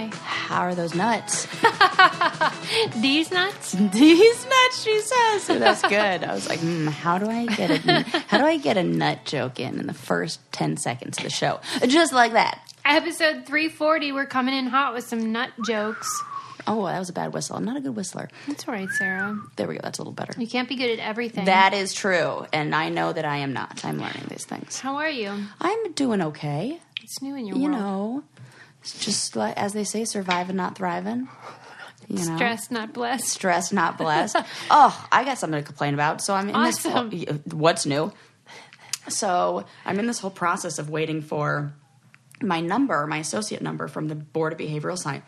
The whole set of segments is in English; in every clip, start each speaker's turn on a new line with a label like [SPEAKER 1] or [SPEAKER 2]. [SPEAKER 1] How are those nuts?
[SPEAKER 2] These nuts?
[SPEAKER 1] These nuts, she says. So that's good. I was like, mm, how do I get a how do I get a nut joke in in the first ten seconds of the show? Just like that.
[SPEAKER 2] Episode 340, we're coming in hot with some nut jokes.
[SPEAKER 1] Oh, that was a bad whistle. I'm not a good whistler.
[SPEAKER 2] That's all right, Sarah.
[SPEAKER 1] There we go. That's a little better.
[SPEAKER 2] You can't be good at everything.
[SPEAKER 1] That is true, and I know that I am not. I'm learning these things.
[SPEAKER 2] How are you?
[SPEAKER 1] I'm doing okay.
[SPEAKER 2] It's new in your
[SPEAKER 1] You
[SPEAKER 2] world.
[SPEAKER 1] know, it's just like as they say, surviving, not thriving. You know,
[SPEAKER 2] Stressed, not blessed.
[SPEAKER 1] stressed, not blessed. oh, I got something to complain about. So I'm in this.
[SPEAKER 2] Awesome.
[SPEAKER 1] What's new? So I'm in this whole process of waiting for my number, my associate number from the Board of Behavioral Science.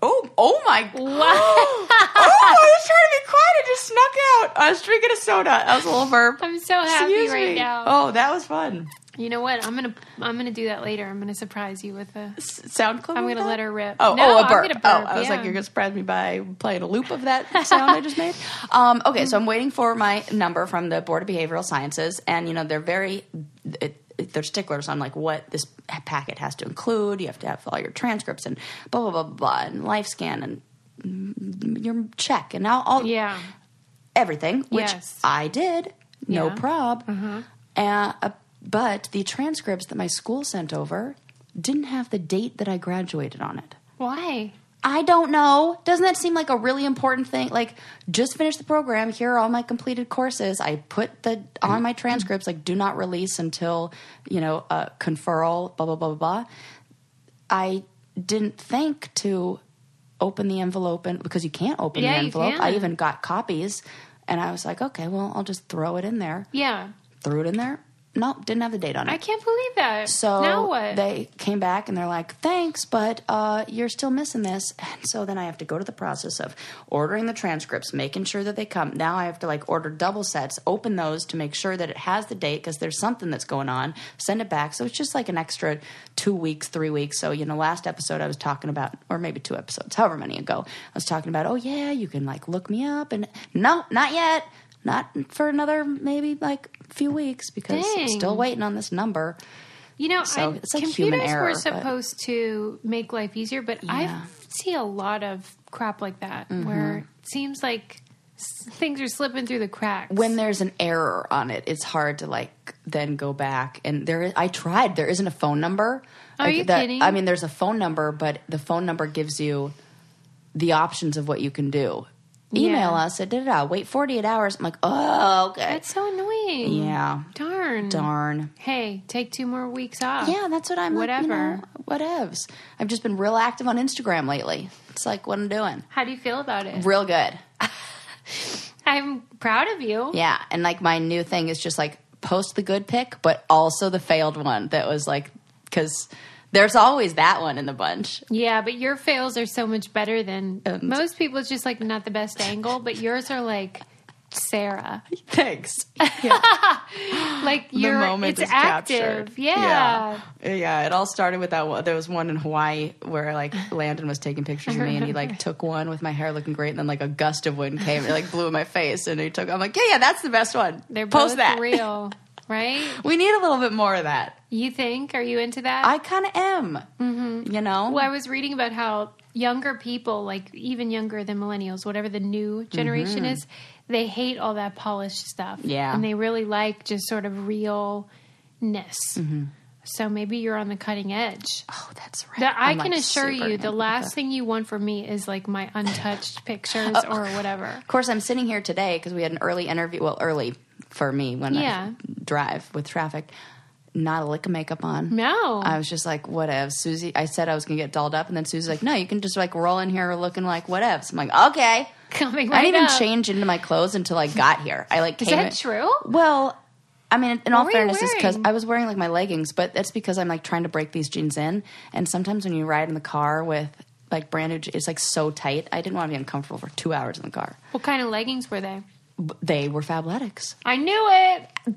[SPEAKER 1] Oh, oh my! Wow. oh, I was trying to be quiet. I just snuck out. I was drinking a soda. That was a little verb.
[SPEAKER 2] I'm so happy
[SPEAKER 1] Excuse
[SPEAKER 2] right
[SPEAKER 1] me.
[SPEAKER 2] now.
[SPEAKER 1] Oh, that was fun.
[SPEAKER 2] You know what? I'm gonna I'm gonna do that later. I'm gonna surprise you with a.
[SPEAKER 1] S- sound clip.
[SPEAKER 2] I'm
[SPEAKER 1] of
[SPEAKER 2] gonna
[SPEAKER 1] that?
[SPEAKER 2] let her rip.
[SPEAKER 1] Oh,
[SPEAKER 2] No,
[SPEAKER 1] oh,
[SPEAKER 2] I'm
[SPEAKER 1] a burp.
[SPEAKER 2] gonna
[SPEAKER 1] Oh,
[SPEAKER 2] burp,
[SPEAKER 1] I was
[SPEAKER 2] yeah.
[SPEAKER 1] like, you're gonna surprise me by playing a loop of that sound I just made. Um, okay, so I'm waiting for my number from the Board of Behavioral Sciences, and you know they're very. It, it- they're sticklers on like what this packet has to include. You have to have all your transcripts and blah blah blah blah, blah and life scan and mm, your check and all, all
[SPEAKER 2] Yeah.
[SPEAKER 1] everything, which
[SPEAKER 2] Yes.
[SPEAKER 1] I did, no
[SPEAKER 2] Yeah. Mm-hmm.
[SPEAKER 1] prob. Uh, uh, but the transcripts that my school sent over didn't have the date that I graduated on it.
[SPEAKER 2] Why?
[SPEAKER 1] I don't know. Doesn't that seem like a really important thing? Like, just finished the program. Here are all my completed courses. I put the on my transcripts. Like, do not release until you know uh, conferral. Blah blah blah blah blah. I didn't think to open the envelope and because you can't open
[SPEAKER 2] Yeah,
[SPEAKER 1] the
[SPEAKER 2] you
[SPEAKER 1] envelope. I
[SPEAKER 2] can't.
[SPEAKER 1] even got copies, and I was like, okay, well, I'll just throw it in there.
[SPEAKER 2] Yeah.
[SPEAKER 1] Threw it in there. Nope, didn't have the date on it.
[SPEAKER 2] I can't believe that.
[SPEAKER 1] So
[SPEAKER 2] now what?
[SPEAKER 1] they came back and they're like, "Thanks, but uh, you're still missing this." And so then I have to go to the process of ordering the transcripts, making sure that they come. Now I have to like order double sets, open those to make sure that it has the date because there's something that's going on. Send it back. So it's just like an extra two weeks, three weeks. So you know, last episode I was talking about, or maybe two episodes, however many ago, I was talking about, oh yeah, you can like look me up, and no, not yet. Not for another maybe like few weeks because I'm
[SPEAKER 2] Dang.
[SPEAKER 1] still waiting on this number.
[SPEAKER 2] you know,
[SPEAKER 1] so
[SPEAKER 2] I,
[SPEAKER 1] it's like human
[SPEAKER 2] computers
[SPEAKER 1] error,
[SPEAKER 2] were
[SPEAKER 1] but-
[SPEAKER 2] supposed to make life easier, but I
[SPEAKER 1] Yeah. Mm-hmm.
[SPEAKER 2] see a lot of crap like that where it seems like s- things are slipping through the cracks.
[SPEAKER 1] when there's an error on it, it's hard to like then go back and there. I tried. There isn't a phone number.
[SPEAKER 2] Are
[SPEAKER 1] Like,
[SPEAKER 2] you
[SPEAKER 1] that-
[SPEAKER 2] kidding?
[SPEAKER 1] I mean, there's a phone number, but the phone number gives you the options of what you can do.
[SPEAKER 2] Yeah.
[SPEAKER 1] Email us at da da da. Wait 48 hours. I'm like, oh, okay.
[SPEAKER 2] that's so annoying.
[SPEAKER 1] yeah.
[SPEAKER 2] Darn.
[SPEAKER 1] Darn.
[SPEAKER 2] Hey, take two more weeks off.
[SPEAKER 1] Yeah, that's what I'm. Whatever.
[SPEAKER 2] Whatever.
[SPEAKER 1] whatevs. I've just been real active on Instagram lately. It's like what I'm doing.
[SPEAKER 2] How do you feel about it?
[SPEAKER 1] Real good.
[SPEAKER 2] I'm proud of you.
[SPEAKER 1] Yeah, and like my new thing is just like post the good pick, but also the failed one that was like because there's always that one in the bunch.
[SPEAKER 2] Yeah, but your fails are so much better than most people. It's just like not the best angle, but yours are like Sarah.
[SPEAKER 1] Thanks.
[SPEAKER 2] Like you're, it's active. Yeah.
[SPEAKER 1] yeah, yeah. It all started with that. One. There was one in Hawaii where like Landon was taking pictures of me, and he like took one with my hair looking great, and then like a gust of wind came and it like blew in my face, and he took. I'm like, yeah, yeah, that's the best one.
[SPEAKER 2] they're
[SPEAKER 1] post
[SPEAKER 2] both
[SPEAKER 1] that.
[SPEAKER 2] real, right?
[SPEAKER 1] We need a little bit more of that.
[SPEAKER 2] You think? Are you into that?
[SPEAKER 1] I kind of am.
[SPEAKER 2] Mm-hmm.
[SPEAKER 1] You know.
[SPEAKER 2] well, I was reading about how younger people, like even younger than millennials, whatever the new
[SPEAKER 1] Mm-hmm.
[SPEAKER 2] generation is, they hate all that polished stuff.
[SPEAKER 1] Yeah.
[SPEAKER 2] and they really like just sort of realness.
[SPEAKER 1] Mm-hmm.
[SPEAKER 2] So maybe you're on the cutting edge.
[SPEAKER 1] Oh, that's right.
[SPEAKER 2] That I
[SPEAKER 1] I'm,
[SPEAKER 2] can
[SPEAKER 1] like,
[SPEAKER 2] assure
[SPEAKER 1] super
[SPEAKER 2] you, the
[SPEAKER 1] annoyed.
[SPEAKER 2] last thing you want from me is like my untouched pictures
[SPEAKER 1] Oh.
[SPEAKER 2] or whatever.
[SPEAKER 1] Of course, I'm sitting here today because we had an early interview. Well, early for me when
[SPEAKER 2] Yeah.
[SPEAKER 1] I drive with traffic. Not a lick of makeup on.
[SPEAKER 2] No.
[SPEAKER 1] I was just like, whatevs. Susie, I said I was going to get dolled up, and then Susie's like, no, you can just like roll in here looking like whatevs. I'm like, okay.
[SPEAKER 2] Coming
[SPEAKER 1] I
[SPEAKER 2] right
[SPEAKER 1] didn't even
[SPEAKER 2] up.
[SPEAKER 1] change into my clothes until I got here. I like
[SPEAKER 2] Is
[SPEAKER 1] came
[SPEAKER 2] that
[SPEAKER 1] in-
[SPEAKER 2] true?
[SPEAKER 1] Well, I mean, in all
[SPEAKER 2] were you
[SPEAKER 1] fairness, it's because
[SPEAKER 2] wearing?
[SPEAKER 1] I was wearing like my leggings, but that's because I'm like trying to break these jeans in. And sometimes when you ride in the car with like brand new, je- it's like so tight. I didn't want to be uncomfortable for two hours in the car.
[SPEAKER 2] What kind of leggings were they?
[SPEAKER 1] B- They were Fabletics.
[SPEAKER 2] I knew it.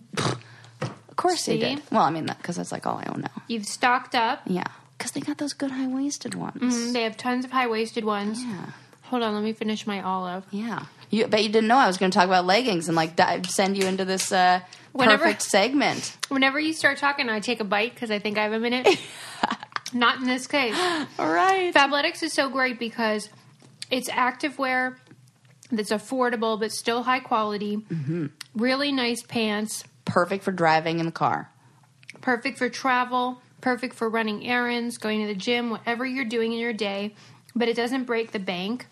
[SPEAKER 1] Of course
[SPEAKER 2] See?
[SPEAKER 1] they did. Well, I mean, because that's like all I own now.
[SPEAKER 2] You've stocked up.
[SPEAKER 1] Yeah, because they got those good high waisted ones.
[SPEAKER 2] They have tons of high waisted ones.
[SPEAKER 1] Yeah.
[SPEAKER 2] Hold on, let me finish my olive.
[SPEAKER 1] Yeah, you bet you didn't know I was going to talk about leggings and like dive, send you into this uh,
[SPEAKER 2] Whenever-
[SPEAKER 1] perfect segment.
[SPEAKER 2] Whenever you start talking, I take a bite because I think I have a minute. Not in this case.
[SPEAKER 1] All right.
[SPEAKER 2] Fabletics is so great because it's activewear that's affordable but still high quality. Really nice pants,
[SPEAKER 1] Perfect for driving in the car.
[SPEAKER 2] perfect for travel, perfect for running errands, going to the gym, whatever you're doing in your day, but it doesn't break the bank.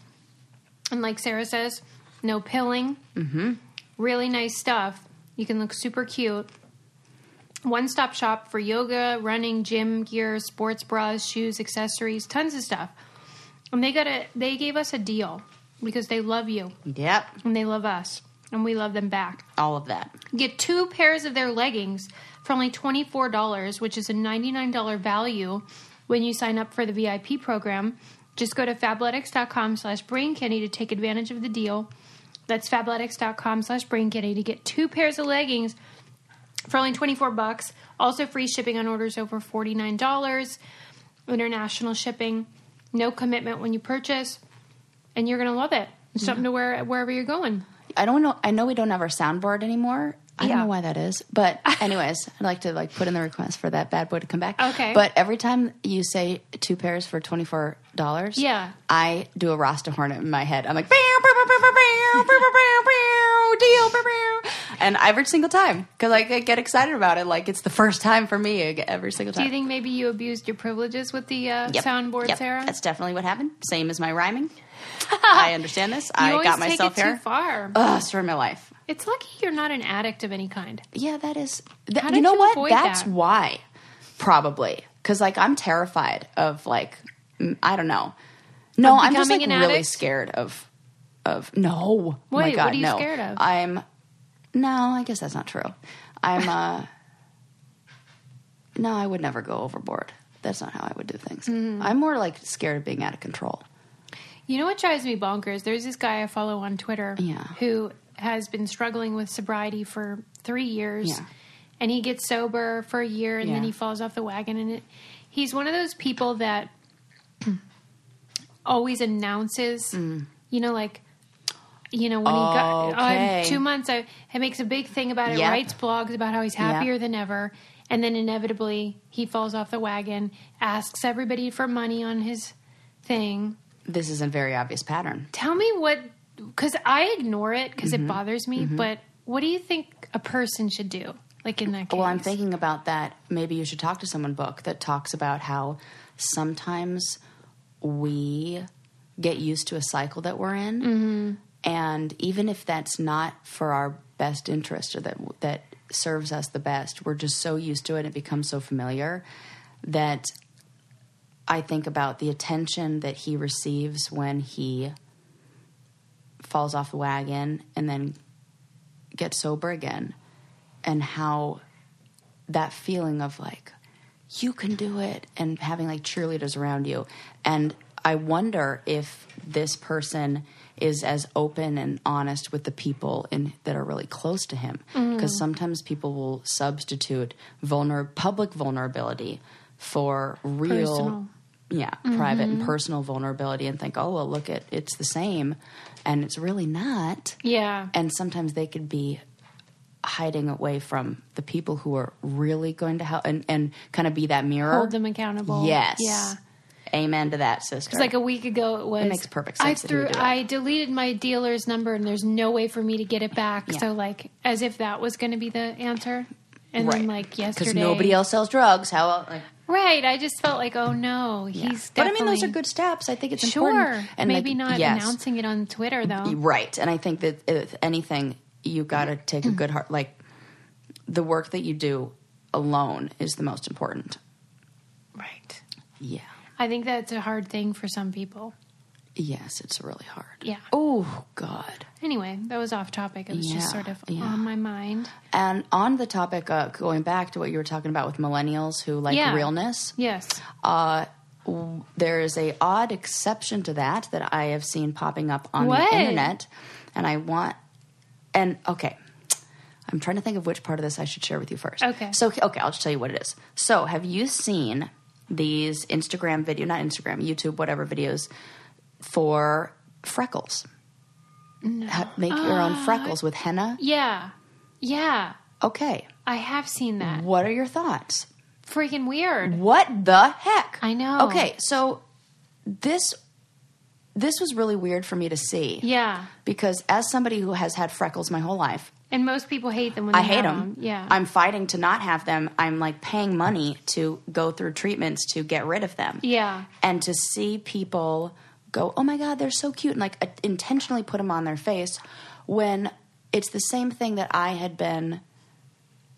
[SPEAKER 2] And like Sarah says, no pilling. Mm-hmm. Really nice stuff. You can look super cute. One stop shop for yoga, running, gym gear, sports bras, shoes, accessories, tons of stuff. And they got a they gave us a deal because they love you
[SPEAKER 1] Yep.
[SPEAKER 2] and they love us and we love them back.
[SPEAKER 1] All of that.
[SPEAKER 2] Get two pairs of their leggings for only $24, which is a $99 value when you sign up for the VIP program. Just go to fabletics.com slash braincandy to take advantage of the deal. That's fabletics.com slash braincandy to get two pairs of leggings for only 24 bucks. Also free shipping on orders over $49, international shipping, no commitment when you purchase, and you're going to love it. It's something to wear wherever you're going.
[SPEAKER 1] I don't know. I know we don't have our soundboard anymore. I don't
[SPEAKER 2] Yeah.
[SPEAKER 1] know why that is, but anyways, I'd like to like put in the request for that bad boy to come back.
[SPEAKER 2] Okay.
[SPEAKER 1] But every time you say two pairs for twenty four dollars,
[SPEAKER 2] Yeah.
[SPEAKER 1] I do a Rasta hornet in my head. I'm like, "Bow, bow, bow, bow, bow, bow, bow, bow, bow, bow, deal, bow, bow." and every single time because like I get excited about it. Like it's the first time for me ag- every single
[SPEAKER 2] Do
[SPEAKER 1] time.
[SPEAKER 2] you think maybe you abused your privileges with the uh,
[SPEAKER 1] Yep.
[SPEAKER 2] soundboard,
[SPEAKER 1] Yep.
[SPEAKER 2] Sarah?
[SPEAKER 1] That's definitely what happened. Same as my rhyming. I understand this.
[SPEAKER 2] you
[SPEAKER 1] I
[SPEAKER 2] always
[SPEAKER 1] got
[SPEAKER 2] take
[SPEAKER 1] myself
[SPEAKER 2] it
[SPEAKER 1] here.
[SPEAKER 2] too far.
[SPEAKER 1] Ugh, story of my life.
[SPEAKER 2] It's lucky you're not an addict of any kind.
[SPEAKER 1] Yeah, that is. Th-
[SPEAKER 2] How
[SPEAKER 1] you
[SPEAKER 2] did
[SPEAKER 1] know
[SPEAKER 2] you
[SPEAKER 1] what?
[SPEAKER 2] avoid
[SPEAKER 1] That's
[SPEAKER 2] that?
[SPEAKER 1] why, probably, because like I'm terrified of like mm, I don't know. No,
[SPEAKER 2] Of
[SPEAKER 1] I'm just like
[SPEAKER 2] becoming an
[SPEAKER 1] really
[SPEAKER 2] addict?
[SPEAKER 1] scared of of no. oh my
[SPEAKER 2] Wait, what
[SPEAKER 1] God,
[SPEAKER 2] are you
[SPEAKER 1] no.
[SPEAKER 2] scared of?
[SPEAKER 1] I'm no. I guess that's not true. I'm uh. no, I would never go overboard. That's not how I would do things.
[SPEAKER 2] Mm-hmm.
[SPEAKER 1] I'm more like scared of being out of control.
[SPEAKER 2] You know what drives me bonkers? There's this guy I follow on Twitter
[SPEAKER 1] Yeah.
[SPEAKER 2] who has been struggling with sobriety for three years.
[SPEAKER 1] Yeah.
[SPEAKER 2] And he gets sober for a year and then
[SPEAKER 1] Yeah.
[SPEAKER 2] he falls off the wagon. And it, he's one of those people that always announces,
[SPEAKER 1] Mm.
[SPEAKER 2] you know, like, you know, when he got oh, I'm
[SPEAKER 1] Okay.
[SPEAKER 2] two months, I, he makes a big thing about it,
[SPEAKER 1] Yep.
[SPEAKER 2] writes blogs about how he's happier
[SPEAKER 1] Yep.
[SPEAKER 2] than ever. And then inevitably he falls off the wagon, asks everybody for money on his thing
[SPEAKER 1] This is a very obvious pattern.
[SPEAKER 2] tell me what because i ignore it because it bothers me but what do you think a person should do like in that case
[SPEAKER 1] Well, I'm thinking about that. Maybe you should talk to someone book that talks about how sometimes we get used to a cycle that we're in, and even if that's not for our best interest or that that serves us the best, we're just so used to it. It becomes so familiar that I think about the attention that he receives when he falls off the wagon and then gets sober again, and how that feeling of like you can do it and having like cheerleaders around you and i wonder if this person is as open and honest with the people in, that are really close to him because sometimes people will substitute vulner- public vulnerability for real
[SPEAKER 2] Personal.
[SPEAKER 1] yeah private and personal vulnerability and think oh well look at it's the same and it's really not
[SPEAKER 2] yeah
[SPEAKER 1] and sometimes they could be hiding away from the people who are really going to help and, and kind of be that mirror.
[SPEAKER 2] hold them accountable
[SPEAKER 1] Yes.
[SPEAKER 2] yeah
[SPEAKER 1] Amen to that, sister.
[SPEAKER 2] It's like a week ago it was.
[SPEAKER 1] makes perfect sense
[SPEAKER 2] I
[SPEAKER 1] that he
[SPEAKER 2] threw.
[SPEAKER 1] would do that.
[SPEAKER 2] I deleted my dealer's number, and there's no way for me to get it back.
[SPEAKER 1] Yeah.
[SPEAKER 2] So, like, as if that was going to be the answer. And then, like, yesterday,
[SPEAKER 1] because nobody else sells drugs. How? el- Like,
[SPEAKER 2] Right. I just felt like, oh no,
[SPEAKER 1] yeah.
[SPEAKER 2] he's.
[SPEAKER 1] But I mean, those are
[SPEAKER 2] definitely-
[SPEAKER 1] good steps. I think it's
[SPEAKER 2] Sure.
[SPEAKER 1] important. And
[SPEAKER 2] Maybe
[SPEAKER 1] like,
[SPEAKER 2] not
[SPEAKER 1] yes.
[SPEAKER 2] announcing it on Twitter though.
[SPEAKER 1] Right. And I think that if anything, you got to take a
[SPEAKER 2] Mm.
[SPEAKER 1] good heart. Like the work that you do alone is the most important.
[SPEAKER 2] Right.
[SPEAKER 1] Yeah.
[SPEAKER 2] I think that's a hard thing for some people.
[SPEAKER 1] Yes, it's really hard.
[SPEAKER 2] Yeah.
[SPEAKER 1] Oh God.
[SPEAKER 2] Anyway, that was off topic. It was
[SPEAKER 1] Yeah,
[SPEAKER 2] just sort of
[SPEAKER 1] yeah.
[SPEAKER 2] on my mind.
[SPEAKER 1] And on the topic, uh, going back to what you were talking about with millennials who like
[SPEAKER 2] Yeah.
[SPEAKER 1] realness, uh,
[SPEAKER 2] Yes.
[SPEAKER 1] there is a odd exception to that that I have seen popping up on
[SPEAKER 2] What?
[SPEAKER 1] the internet, and I want and okay. I'm trying to think of which part of this I should share with you first.
[SPEAKER 2] Okay.
[SPEAKER 1] So okay, I'll just tell you what it is. So have you seen these Instagram video, not Instagram, YouTube, whatever videos for freckles? Ha- make your own
[SPEAKER 2] Ah.
[SPEAKER 1] freckles with henna.
[SPEAKER 2] Yeah. Yeah.
[SPEAKER 1] Okay.
[SPEAKER 2] I have seen that.
[SPEAKER 1] What are your thoughts?
[SPEAKER 2] freaking weird.
[SPEAKER 1] What the heck?
[SPEAKER 2] I know.
[SPEAKER 1] Okay, so this this was really weird for me to see
[SPEAKER 2] Yeah.
[SPEAKER 1] because as somebody who has had freckles my whole life,
[SPEAKER 2] And most people hate them when
[SPEAKER 1] I
[SPEAKER 2] they
[SPEAKER 1] hate
[SPEAKER 2] have
[SPEAKER 1] them.
[SPEAKER 2] Yeah.
[SPEAKER 1] I'm fighting to not have them. I'm like paying money to go through treatments to get rid of them.
[SPEAKER 2] yeah.
[SPEAKER 1] And to see people go, oh my God, they're so cute, and like uh, intentionally put them on their face when it's the same thing that I had been,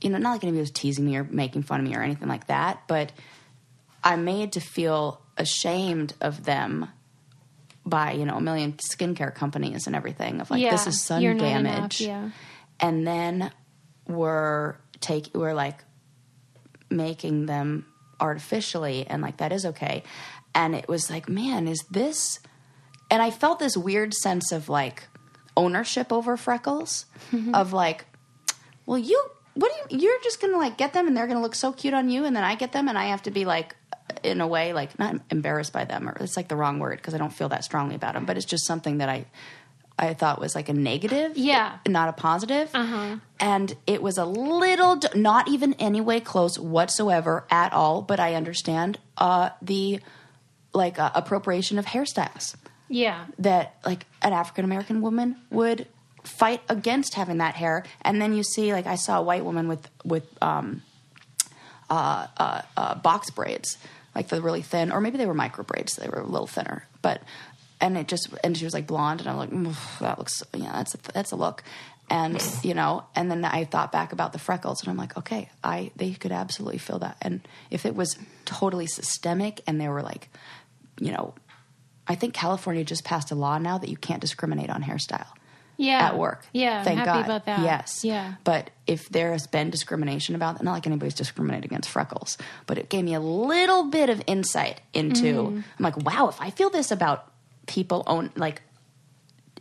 [SPEAKER 1] you know, not like anybody was teasing me or making fun of me or anything like that, but I'm made to feel ashamed of them by, you know, a million skincare companies and everything of like,
[SPEAKER 2] yeah.
[SPEAKER 1] this is sun
[SPEAKER 2] You're not enough,
[SPEAKER 1] damage
[SPEAKER 2] Yeah.
[SPEAKER 1] and then we're take we're like making them artificially and like that is okay and it was like man is this and i felt this weird sense of like ownership over freckles of like well you what do you you're just gonna like get them and they're gonna look so cute on you and then i get them and i have to be like in a way like not embarrassed by them or it's like the wrong word because i don't feel that strongly about them but it's just something that i i thought was like a negative
[SPEAKER 2] Yeah.
[SPEAKER 1] not a positive. And it was a little, d- not even anyway close whatsoever at all. But I understand uh, the like uh, appropriation of hairstyles
[SPEAKER 2] Yeah.
[SPEAKER 1] that like an African American woman would fight against having that hair. And then you see like I saw a white woman with with um, uh, uh, uh, box braids, like the really thin, or maybe they were micro braids. They were a little thinner, but and it just and she was like blonde, and I'm like "Oof, that looks yeah that's a, that's a look. And you know, and then I thought back about the freckles, and I'm like, okay, I they could absolutely feel that, and if it was totally systemic, and they were like, you know, I think California just passed a law now that you can't discriminate on hairstyle
[SPEAKER 2] Yeah.
[SPEAKER 1] at work.
[SPEAKER 2] Yeah.
[SPEAKER 1] thank
[SPEAKER 2] I'm happy
[SPEAKER 1] God.
[SPEAKER 2] about that.
[SPEAKER 1] Yes,
[SPEAKER 2] Yeah.
[SPEAKER 1] But if there has been discrimination about, not like anybody's discriminated against freckles, but it gave me a little bit of insight into.
[SPEAKER 2] Mm.
[SPEAKER 1] I'm like, wow, if I feel this about people own like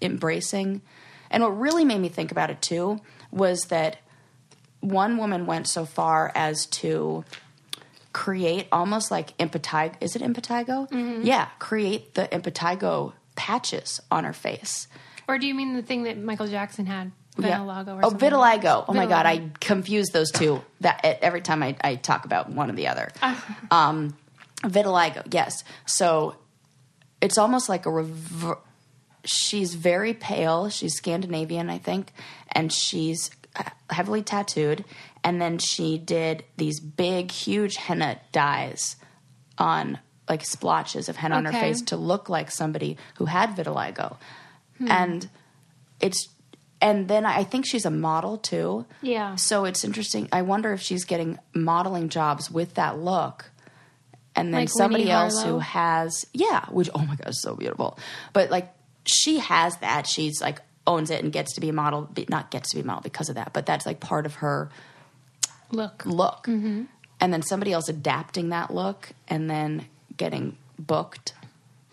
[SPEAKER 1] embracing, and what really made me think about it too was that one woman went so far as to create almost like impetigo. Is it impetigo?
[SPEAKER 2] Mm-hmm.
[SPEAKER 1] Yeah, create the impetigo patches on her face.
[SPEAKER 2] Or do you mean the thing that Michael Jackson had?
[SPEAKER 1] Yeah.
[SPEAKER 2] Vitiligo or
[SPEAKER 1] oh,
[SPEAKER 2] something?
[SPEAKER 1] vitiligo. Oh my god,
[SPEAKER 2] Vitiligo.
[SPEAKER 1] I confuse those two. That e, every time I, I talk about one or the other.
[SPEAKER 2] Ah.
[SPEAKER 1] um, vitiligo. Yes. So it's almost like a rever- she's very pale. She's Scandinavian, I think, and she's uh, heavily tattooed. And then she did these big, huge henna dyes on like splotches of henna on her
[SPEAKER 2] Okay.
[SPEAKER 1] face to look like somebody who had vitiligo.
[SPEAKER 2] Hmm.
[SPEAKER 1] And it's and then I think she's a model too.
[SPEAKER 2] Yeah.
[SPEAKER 1] So it's interesting. I wonder if she's getting modeling jobs with that look. And then
[SPEAKER 2] Like
[SPEAKER 1] somebody
[SPEAKER 2] Winnie
[SPEAKER 1] else who
[SPEAKER 2] Harlow?
[SPEAKER 1] has yeah, which oh my gosh, so beautiful. But like she has that. She's like owns it and gets to be a model, be- not gets to be a model because of that, but that's like part of her
[SPEAKER 2] Look.
[SPEAKER 1] look.
[SPEAKER 2] Mm-hmm.
[SPEAKER 1] And then somebody else adapting that look and then getting booked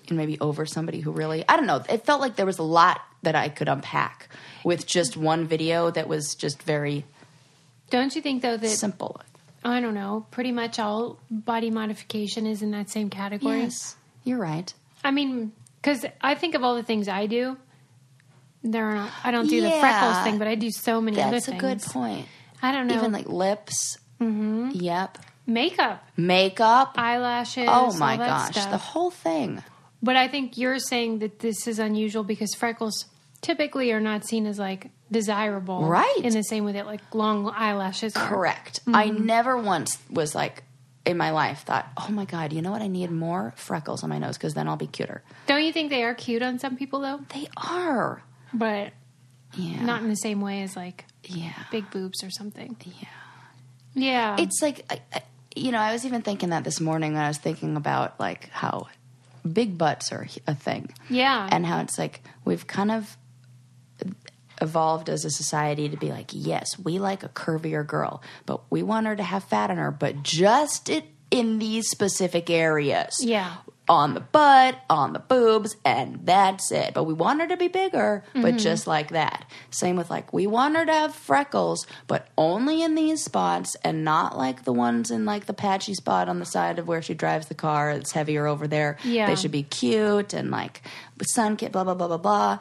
[SPEAKER 1] and maybe over somebody who really, I don't know. It felt like there was a lot that I could unpack with just one video that was just very
[SPEAKER 2] Don't you think though that
[SPEAKER 1] simple.
[SPEAKER 2] I don't know, pretty much all body modification is in that same category?
[SPEAKER 1] Yes, you're right.
[SPEAKER 2] I mean, because I think of all the things I do. There are not, I don't do the
[SPEAKER 1] Yeah.
[SPEAKER 2] freckles thing, but I do so many other
[SPEAKER 1] That's a
[SPEAKER 2] things.
[SPEAKER 1] good point.
[SPEAKER 2] I don't know.
[SPEAKER 1] Even like lips. Mm-hmm. Yep.
[SPEAKER 2] makeup,
[SPEAKER 1] Makeup.
[SPEAKER 2] eyelashes.
[SPEAKER 1] oh my
[SPEAKER 2] all that
[SPEAKER 1] gosh.
[SPEAKER 2] stuff.
[SPEAKER 1] The whole thing.
[SPEAKER 2] But I think you're saying that this is unusual because freckles typically are not seen as like desirable,
[SPEAKER 1] Right.
[SPEAKER 2] In the same way that like long eyelashes are.
[SPEAKER 1] Correct. I
[SPEAKER 2] Mm-hmm.
[SPEAKER 1] never once was like in my life thought, oh my God, you know what? I need more freckles on my nose because then I'll be cuter.
[SPEAKER 2] Don't you think they are cute on some people though?
[SPEAKER 1] They are.
[SPEAKER 2] But
[SPEAKER 1] Yeah.
[SPEAKER 2] not in the same way as like
[SPEAKER 1] yeah.
[SPEAKER 2] big boobs or something. Yeah, yeah.
[SPEAKER 1] It's like, I, I, you know, I was even thinking that this morning when I was thinking about like how big butts are a thing.
[SPEAKER 2] yeah,
[SPEAKER 1] and how it's like we've kind of evolved as a society to be like, yes, we like a curvier girl, but we want her to have fat on her, but just it in these specific areas.
[SPEAKER 2] Yeah.
[SPEAKER 1] On the butt, on the boobs, and that's it. But we want her to be bigger, but just like that. Same with like, we want her to have freckles, but only in these spots and not like the ones in like the patchy spot on the side of where she drives the car. It's heavier over there.
[SPEAKER 2] Yeah.
[SPEAKER 1] They should be cute and like sun kit, blah, blah, blah, blah, blah.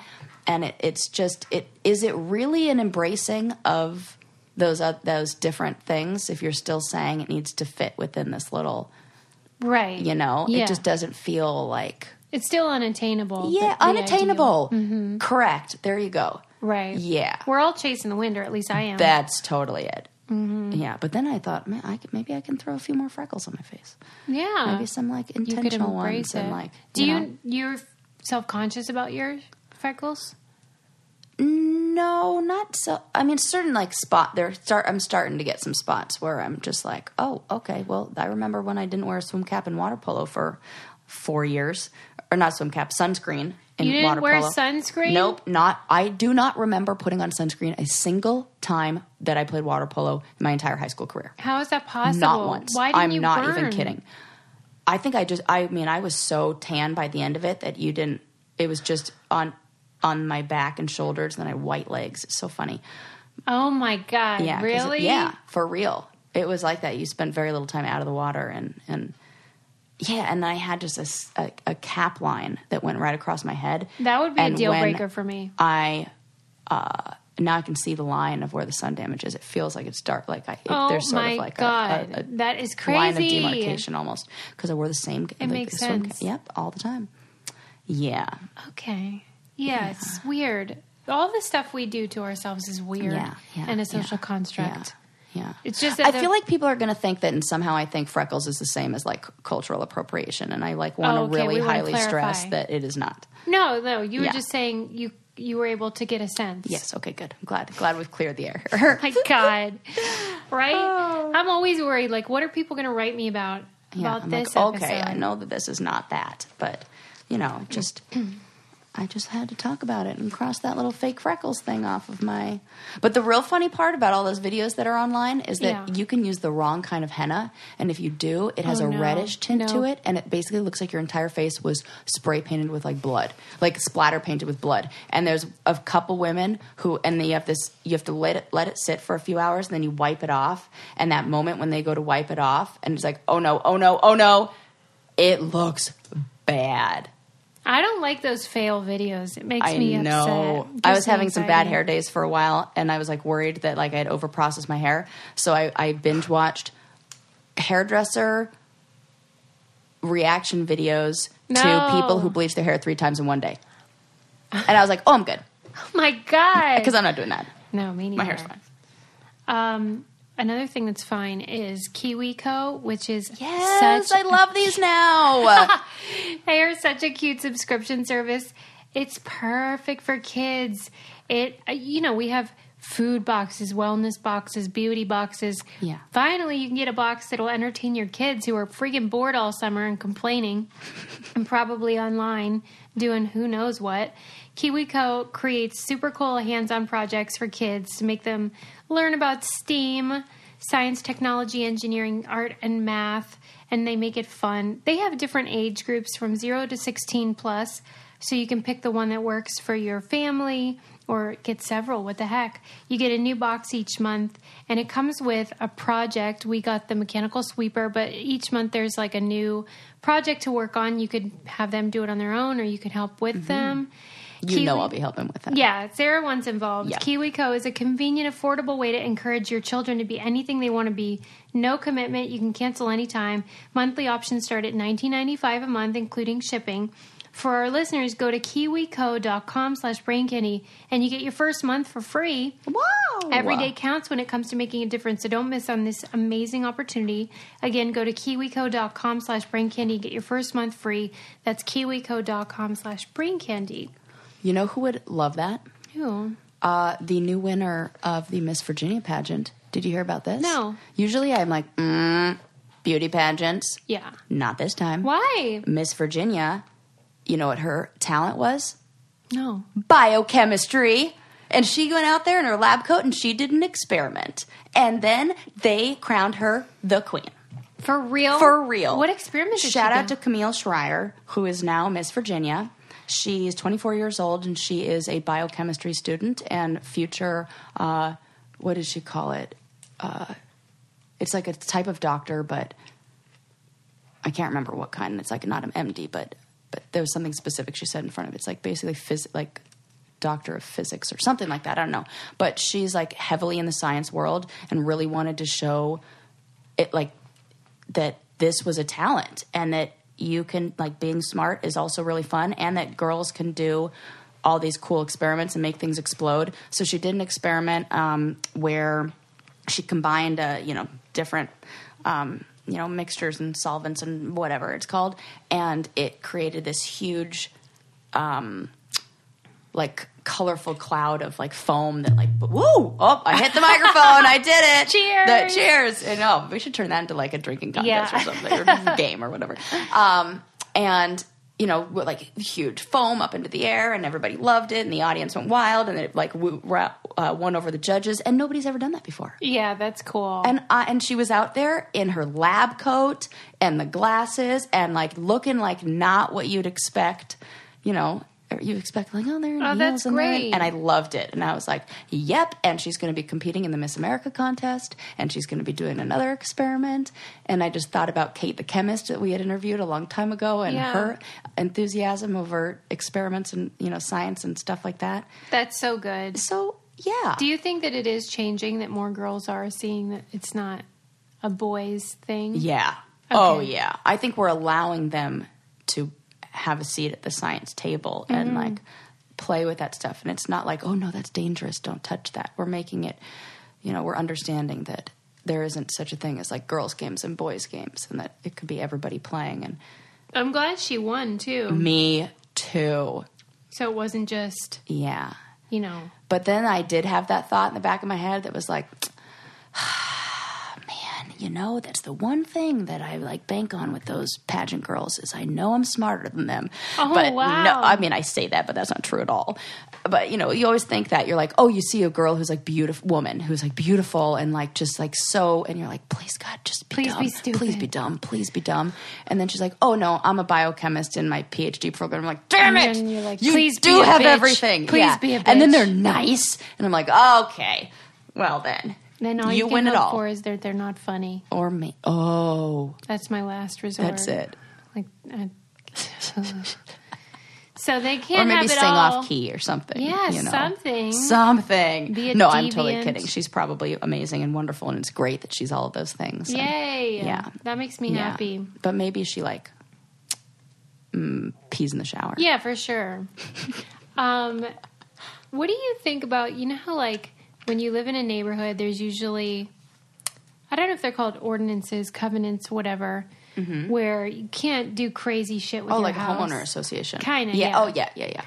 [SPEAKER 1] And it, it's just, it is it really an embracing of those uh, those different things if you're still saying it needs to fit within this little
[SPEAKER 2] Right.
[SPEAKER 1] you know
[SPEAKER 2] Yeah.
[SPEAKER 1] it just doesn't feel like
[SPEAKER 2] It's still unattainable.
[SPEAKER 1] yeah
[SPEAKER 2] but the
[SPEAKER 1] unattainable correct there you go
[SPEAKER 2] ideal- Mm-hmm. Right.
[SPEAKER 1] Yeah.
[SPEAKER 2] We're all chasing the wind, or at least I am.
[SPEAKER 1] that's totally it
[SPEAKER 2] Mm-hmm.
[SPEAKER 1] yeah but then i thought man, I could, maybe i can throw a few more freckles on my face
[SPEAKER 2] yeah.
[SPEAKER 1] maybe some like
[SPEAKER 2] you could
[SPEAKER 1] intentional ones
[SPEAKER 2] embrace it.
[SPEAKER 1] and like
[SPEAKER 2] Do you,
[SPEAKER 1] know.
[SPEAKER 2] you are self conscious about your freckles?
[SPEAKER 1] No, not so. I mean, certain like spot there. Start. I'm starting to get some spots where I'm just like, oh, okay. Well, I remember when I didn't wear a swim cap and water polo for four years, or not swim cap, sunscreen. And
[SPEAKER 2] You didn't
[SPEAKER 1] water
[SPEAKER 2] wear
[SPEAKER 1] polo.
[SPEAKER 2] sunscreen?
[SPEAKER 1] Nope, not. I do not remember putting on sunscreen a single time that I played water polo in my entire high school career.
[SPEAKER 2] How is that possible?
[SPEAKER 1] Not once.
[SPEAKER 2] Why didn't
[SPEAKER 1] I'm
[SPEAKER 2] you
[SPEAKER 1] not even
[SPEAKER 2] burn?
[SPEAKER 1] kidding. I think I just. I mean, I was so tan by the end of it that you didn't. It was just on on my back and shoulders, and then I had white legs. It's so funny.
[SPEAKER 2] Oh my god!
[SPEAKER 1] Yeah, 'cause it-
[SPEAKER 2] really?
[SPEAKER 1] yeah, for real. It was like that. You spent very little time out of the water, and and yeah, and I had just a s- a, a cap line that went right across my head.
[SPEAKER 2] That would be a
[SPEAKER 1] And
[SPEAKER 2] deal
[SPEAKER 1] when
[SPEAKER 2] breaker for me.
[SPEAKER 1] I uh, now I can see the line of where the sun damage is. It feels like it's dark. Like I, it,
[SPEAKER 2] Oh
[SPEAKER 1] there's sort
[SPEAKER 2] my
[SPEAKER 1] of like a-
[SPEAKER 2] god!
[SPEAKER 1] a, a
[SPEAKER 2] that is crazy.
[SPEAKER 1] line of demarcation almost because I wore the same. It
[SPEAKER 2] makes sense.
[SPEAKER 1] Yep, all the time. Yeah,
[SPEAKER 2] Okay. Yeah, it's weird. All the stuff we do to ourselves is weird
[SPEAKER 1] yeah, yeah,
[SPEAKER 2] and
[SPEAKER 1] yeah,
[SPEAKER 2] a social construct.
[SPEAKER 1] Yeah. yeah.
[SPEAKER 2] It's just that
[SPEAKER 1] I
[SPEAKER 2] the-
[SPEAKER 1] feel like people are going to think that, and somehow I think freckles is the same as like cultural appropriation, and I like want to
[SPEAKER 2] Oh, okay, we
[SPEAKER 1] really
[SPEAKER 2] wanna
[SPEAKER 1] highly stress
[SPEAKER 2] clarify.
[SPEAKER 1] that it is not.
[SPEAKER 2] No, no, you were
[SPEAKER 1] Yeah.
[SPEAKER 2] just saying you you were able to get a sense.
[SPEAKER 1] Yes, okay, good. I'm glad. Glad we've cleared the air.
[SPEAKER 2] My God. Right? I'm always worried. Like, what are people going to write me about
[SPEAKER 1] Oh. yeah,
[SPEAKER 2] about
[SPEAKER 1] I'm
[SPEAKER 2] this?
[SPEAKER 1] like, okay,
[SPEAKER 2] episode?
[SPEAKER 1] I know that this is not that, but you know, just I just had to talk about it and cross that little fake freckles thing off of my. But the real funny part about all those videos that are online is that
[SPEAKER 2] Yeah.
[SPEAKER 1] you can use the wrong kind of henna, and if you do, it has
[SPEAKER 2] Oh,
[SPEAKER 1] a
[SPEAKER 2] no.
[SPEAKER 1] reddish tint
[SPEAKER 2] No.
[SPEAKER 1] to it, and it basically looks like your entire face was spray painted with like blood, like splatter painted with blood. And there's a couple women who, and then you have this, you have to let it let it sit for a few hours, and then you wipe it off. And that moment when they go to wipe it off, and it's like, oh no, oh no, oh no, it looks bad.
[SPEAKER 2] I don't like those fail videos. It makes
[SPEAKER 1] I
[SPEAKER 2] me
[SPEAKER 1] know.
[SPEAKER 2] upset.
[SPEAKER 1] I
[SPEAKER 2] Gives
[SPEAKER 1] was
[SPEAKER 2] me
[SPEAKER 1] having some bad
[SPEAKER 2] anxiety.
[SPEAKER 1] hair days for a while, and I was like worried that like I'd overprocessed my hair. So I, I binge watched hairdresser reaction videos
[SPEAKER 2] No.
[SPEAKER 1] to people who bleach their hair three times in one day, and I was like, oh, I'm good
[SPEAKER 2] Oh my God.
[SPEAKER 1] because I'm not doing that.
[SPEAKER 2] no, me neither.
[SPEAKER 1] My hair's fine.
[SPEAKER 2] Um, another thing that's fine is KiwiCo, which is
[SPEAKER 1] Yes,
[SPEAKER 2] such
[SPEAKER 1] I love these now.
[SPEAKER 2] They are such a cute subscription service. It's perfect for kids. It uh, you know, we have food boxes, wellness boxes, beauty boxes.
[SPEAKER 1] Yeah.
[SPEAKER 2] Finally, you can get a box that'll entertain your kids who are freaking bored all summer and complaining and probably online doing who knows what. KiwiCo creates super cool hands-on projects for kids to make them learn about STEAM, science, technology, engineering, art, and math, and they make it fun. They have different age groups from 0 to 16 plus, so you can pick the one that works for your family or get several. What the heck? You get a new box each month, and it comes with a project. We got the mechanical sweeper, but each month there's like a new project to work on. You could have them do it on their own, or you could help with them.
[SPEAKER 1] Mm-hmm. you know
[SPEAKER 2] Kiwi-
[SPEAKER 1] I'll be helping with that.
[SPEAKER 2] yeah, Sarah once involved.
[SPEAKER 1] Yeah.
[SPEAKER 2] KiwiCo is a convenient, affordable way to encourage your children to be anything they want to be. No commitment. You can cancel anytime. Monthly options start at $19.95 a month, including shipping. For our listeners, go to kiwico.com slash braincandy and you get your first month for free.
[SPEAKER 1] Wow.
[SPEAKER 2] Every day counts when it comes to making a difference, so don't miss on this amazing opportunity. Again, go to kiwico.com slash braincandy. Get your first month free. That's kiwico.com slash braincandy.
[SPEAKER 1] You know who would love that?
[SPEAKER 2] Ew.
[SPEAKER 1] uh, the new winner of the Miss Virginia pageant. Did you hear about this?
[SPEAKER 2] No.
[SPEAKER 1] Usually I'm like, mm, beauty pageants.
[SPEAKER 2] Yeah.
[SPEAKER 1] Not this time.
[SPEAKER 2] Why?
[SPEAKER 1] Miss Virginia, you know what her talent was?
[SPEAKER 2] No.
[SPEAKER 1] Biochemistry. And she went out there in her lab coat and she did an experiment. And then they crowned her the queen.
[SPEAKER 2] For real?
[SPEAKER 1] For real.
[SPEAKER 2] What experiment did
[SPEAKER 1] Shout
[SPEAKER 2] she
[SPEAKER 1] out
[SPEAKER 2] do?
[SPEAKER 1] to Camille Schreier, who is now Miss Virginia. She's 24 years old and she is a biochemistry student and future, uh, what does she call it? Uh, it's like a type of doctor, but I can't remember what kind. It's like not an MD, but but there was something specific she said in front of it. It's like basically phys- like doctor of physics or something like that. I don't know. But she's like heavily in the science world and really wanted to show it like that this was a talent and that you can like being smart is also really fun and that girls can do all these cool experiments and make things explode. So she did an experiment um, where she combined uh, you know different um, you know mixtures and solvents and whatever it's called, and it created this huge um, like colorful cloud of like foam that like b- woo oh I hit the microphone I did it
[SPEAKER 2] Cheers.
[SPEAKER 1] The- cheers and oh we should turn that into like a drinking contest
[SPEAKER 2] Yeah.
[SPEAKER 1] or something or game or whatever um and you know with, like huge foam up into the air and everybody loved it and the audience went wild and it like woo, ra- uh, won over the judges and nobody's ever done that before
[SPEAKER 2] Yeah, that's cool.
[SPEAKER 1] and I, and she was out there in her lab coat and the glasses and like looking like not what you'd expect, you know. You expect like oh they're in
[SPEAKER 2] Oh,
[SPEAKER 1] heels
[SPEAKER 2] that's
[SPEAKER 1] and they're in-
[SPEAKER 2] great.
[SPEAKER 1] and I loved it and I was like yep and she's going to be competing in the Miss America contest and she's going to be doing another experiment and I just thought about Kate the chemist that we had interviewed a long time ago and
[SPEAKER 2] Yeah.
[SPEAKER 1] her enthusiasm over experiments and you know science and stuff like that
[SPEAKER 2] that's so good.
[SPEAKER 1] so yeah
[SPEAKER 2] Do you think that it is changing that more girls are seeing that it's not a boys thing?
[SPEAKER 1] Yeah. Oh,
[SPEAKER 2] Okay.
[SPEAKER 1] yeah. I think we're allowing them to have a seat at the science table and like play with that stuff. And it's not like, oh, no, that's dangerous. Don't touch that. We're making it, you know, we're understanding that there isn't such a thing as like girls' games and boys' games and that it could be everybody playing. And
[SPEAKER 2] I'm glad she won too.
[SPEAKER 1] me too.
[SPEAKER 2] So it wasn't just,
[SPEAKER 1] Yeah.
[SPEAKER 2] you know,
[SPEAKER 1] But then I did have that thought in the back of my head that was like, man, you know, that's the one thing that I like bank on with those pageant girls is I know I'm smarter than them.
[SPEAKER 2] Oh,
[SPEAKER 1] but
[SPEAKER 2] wow.
[SPEAKER 1] no, I mean, I say that, but that's not true at all. But you know, you always think that you're like, oh, you see a girl who's like beautiful woman who's like beautiful and like just like so, and you're like, please God, just be
[SPEAKER 2] Please
[SPEAKER 1] dumb,
[SPEAKER 2] be stupid.
[SPEAKER 1] please be dumb, please be dumb. And then she's like, oh no, I'm a biochemist in my PhD program. I'm like, damn
[SPEAKER 2] And
[SPEAKER 1] it,
[SPEAKER 2] then you're like,
[SPEAKER 1] you
[SPEAKER 2] please
[SPEAKER 1] do
[SPEAKER 2] be a
[SPEAKER 1] have
[SPEAKER 2] bitch.
[SPEAKER 1] everything.
[SPEAKER 2] Please
[SPEAKER 1] Yeah.
[SPEAKER 2] be a
[SPEAKER 1] And then
[SPEAKER 2] bitch.
[SPEAKER 1] they're nice, and I'm like, okay, well then,
[SPEAKER 2] then all you,
[SPEAKER 1] you,
[SPEAKER 2] can
[SPEAKER 1] win
[SPEAKER 2] hope
[SPEAKER 1] it all,
[SPEAKER 2] for is that they're not funny.
[SPEAKER 1] or me. Oh,
[SPEAKER 2] That's my last resort.
[SPEAKER 1] that's it.
[SPEAKER 2] Like, I, so they
[SPEAKER 1] or
[SPEAKER 2] can't
[SPEAKER 1] maybe
[SPEAKER 2] have it
[SPEAKER 1] sing
[SPEAKER 2] all.
[SPEAKER 1] off key or something.
[SPEAKER 2] Yeah,
[SPEAKER 1] you know.
[SPEAKER 2] something.
[SPEAKER 1] Something.
[SPEAKER 2] Be a
[SPEAKER 1] no, I'm totally
[SPEAKER 2] deviant.
[SPEAKER 1] kidding. She's probably amazing and wonderful, and it's great that she's all of those things. And-
[SPEAKER 2] Yay!
[SPEAKER 1] Yeah.
[SPEAKER 2] that makes me
[SPEAKER 1] yeah.
[SPEAKER 2] happy.
[SPEAKER 1] But maybe she like mm, pees in the shower.
[SPEAKER 2] Yeah, for sure. um, what do you think about, you know, how like when you live in a neighborhood, there's usually, I don't know if they're called ordinances, covenants, whatever, where you can't do crazy shit with
[SPEAKER 1] Mm-hmm. Oh,
[SPEAKER 2] your
[SPEAKER 1] like
[SPEAKER 2] house.
[SPEAKER 1] homeowner association.
[SPEAKER 2] Kinda,
[SPEAKER 1] Yeah.
[SPEAKER 2] yeah.
[SPEAKER 1] Oh, yeah, yeah, yeah.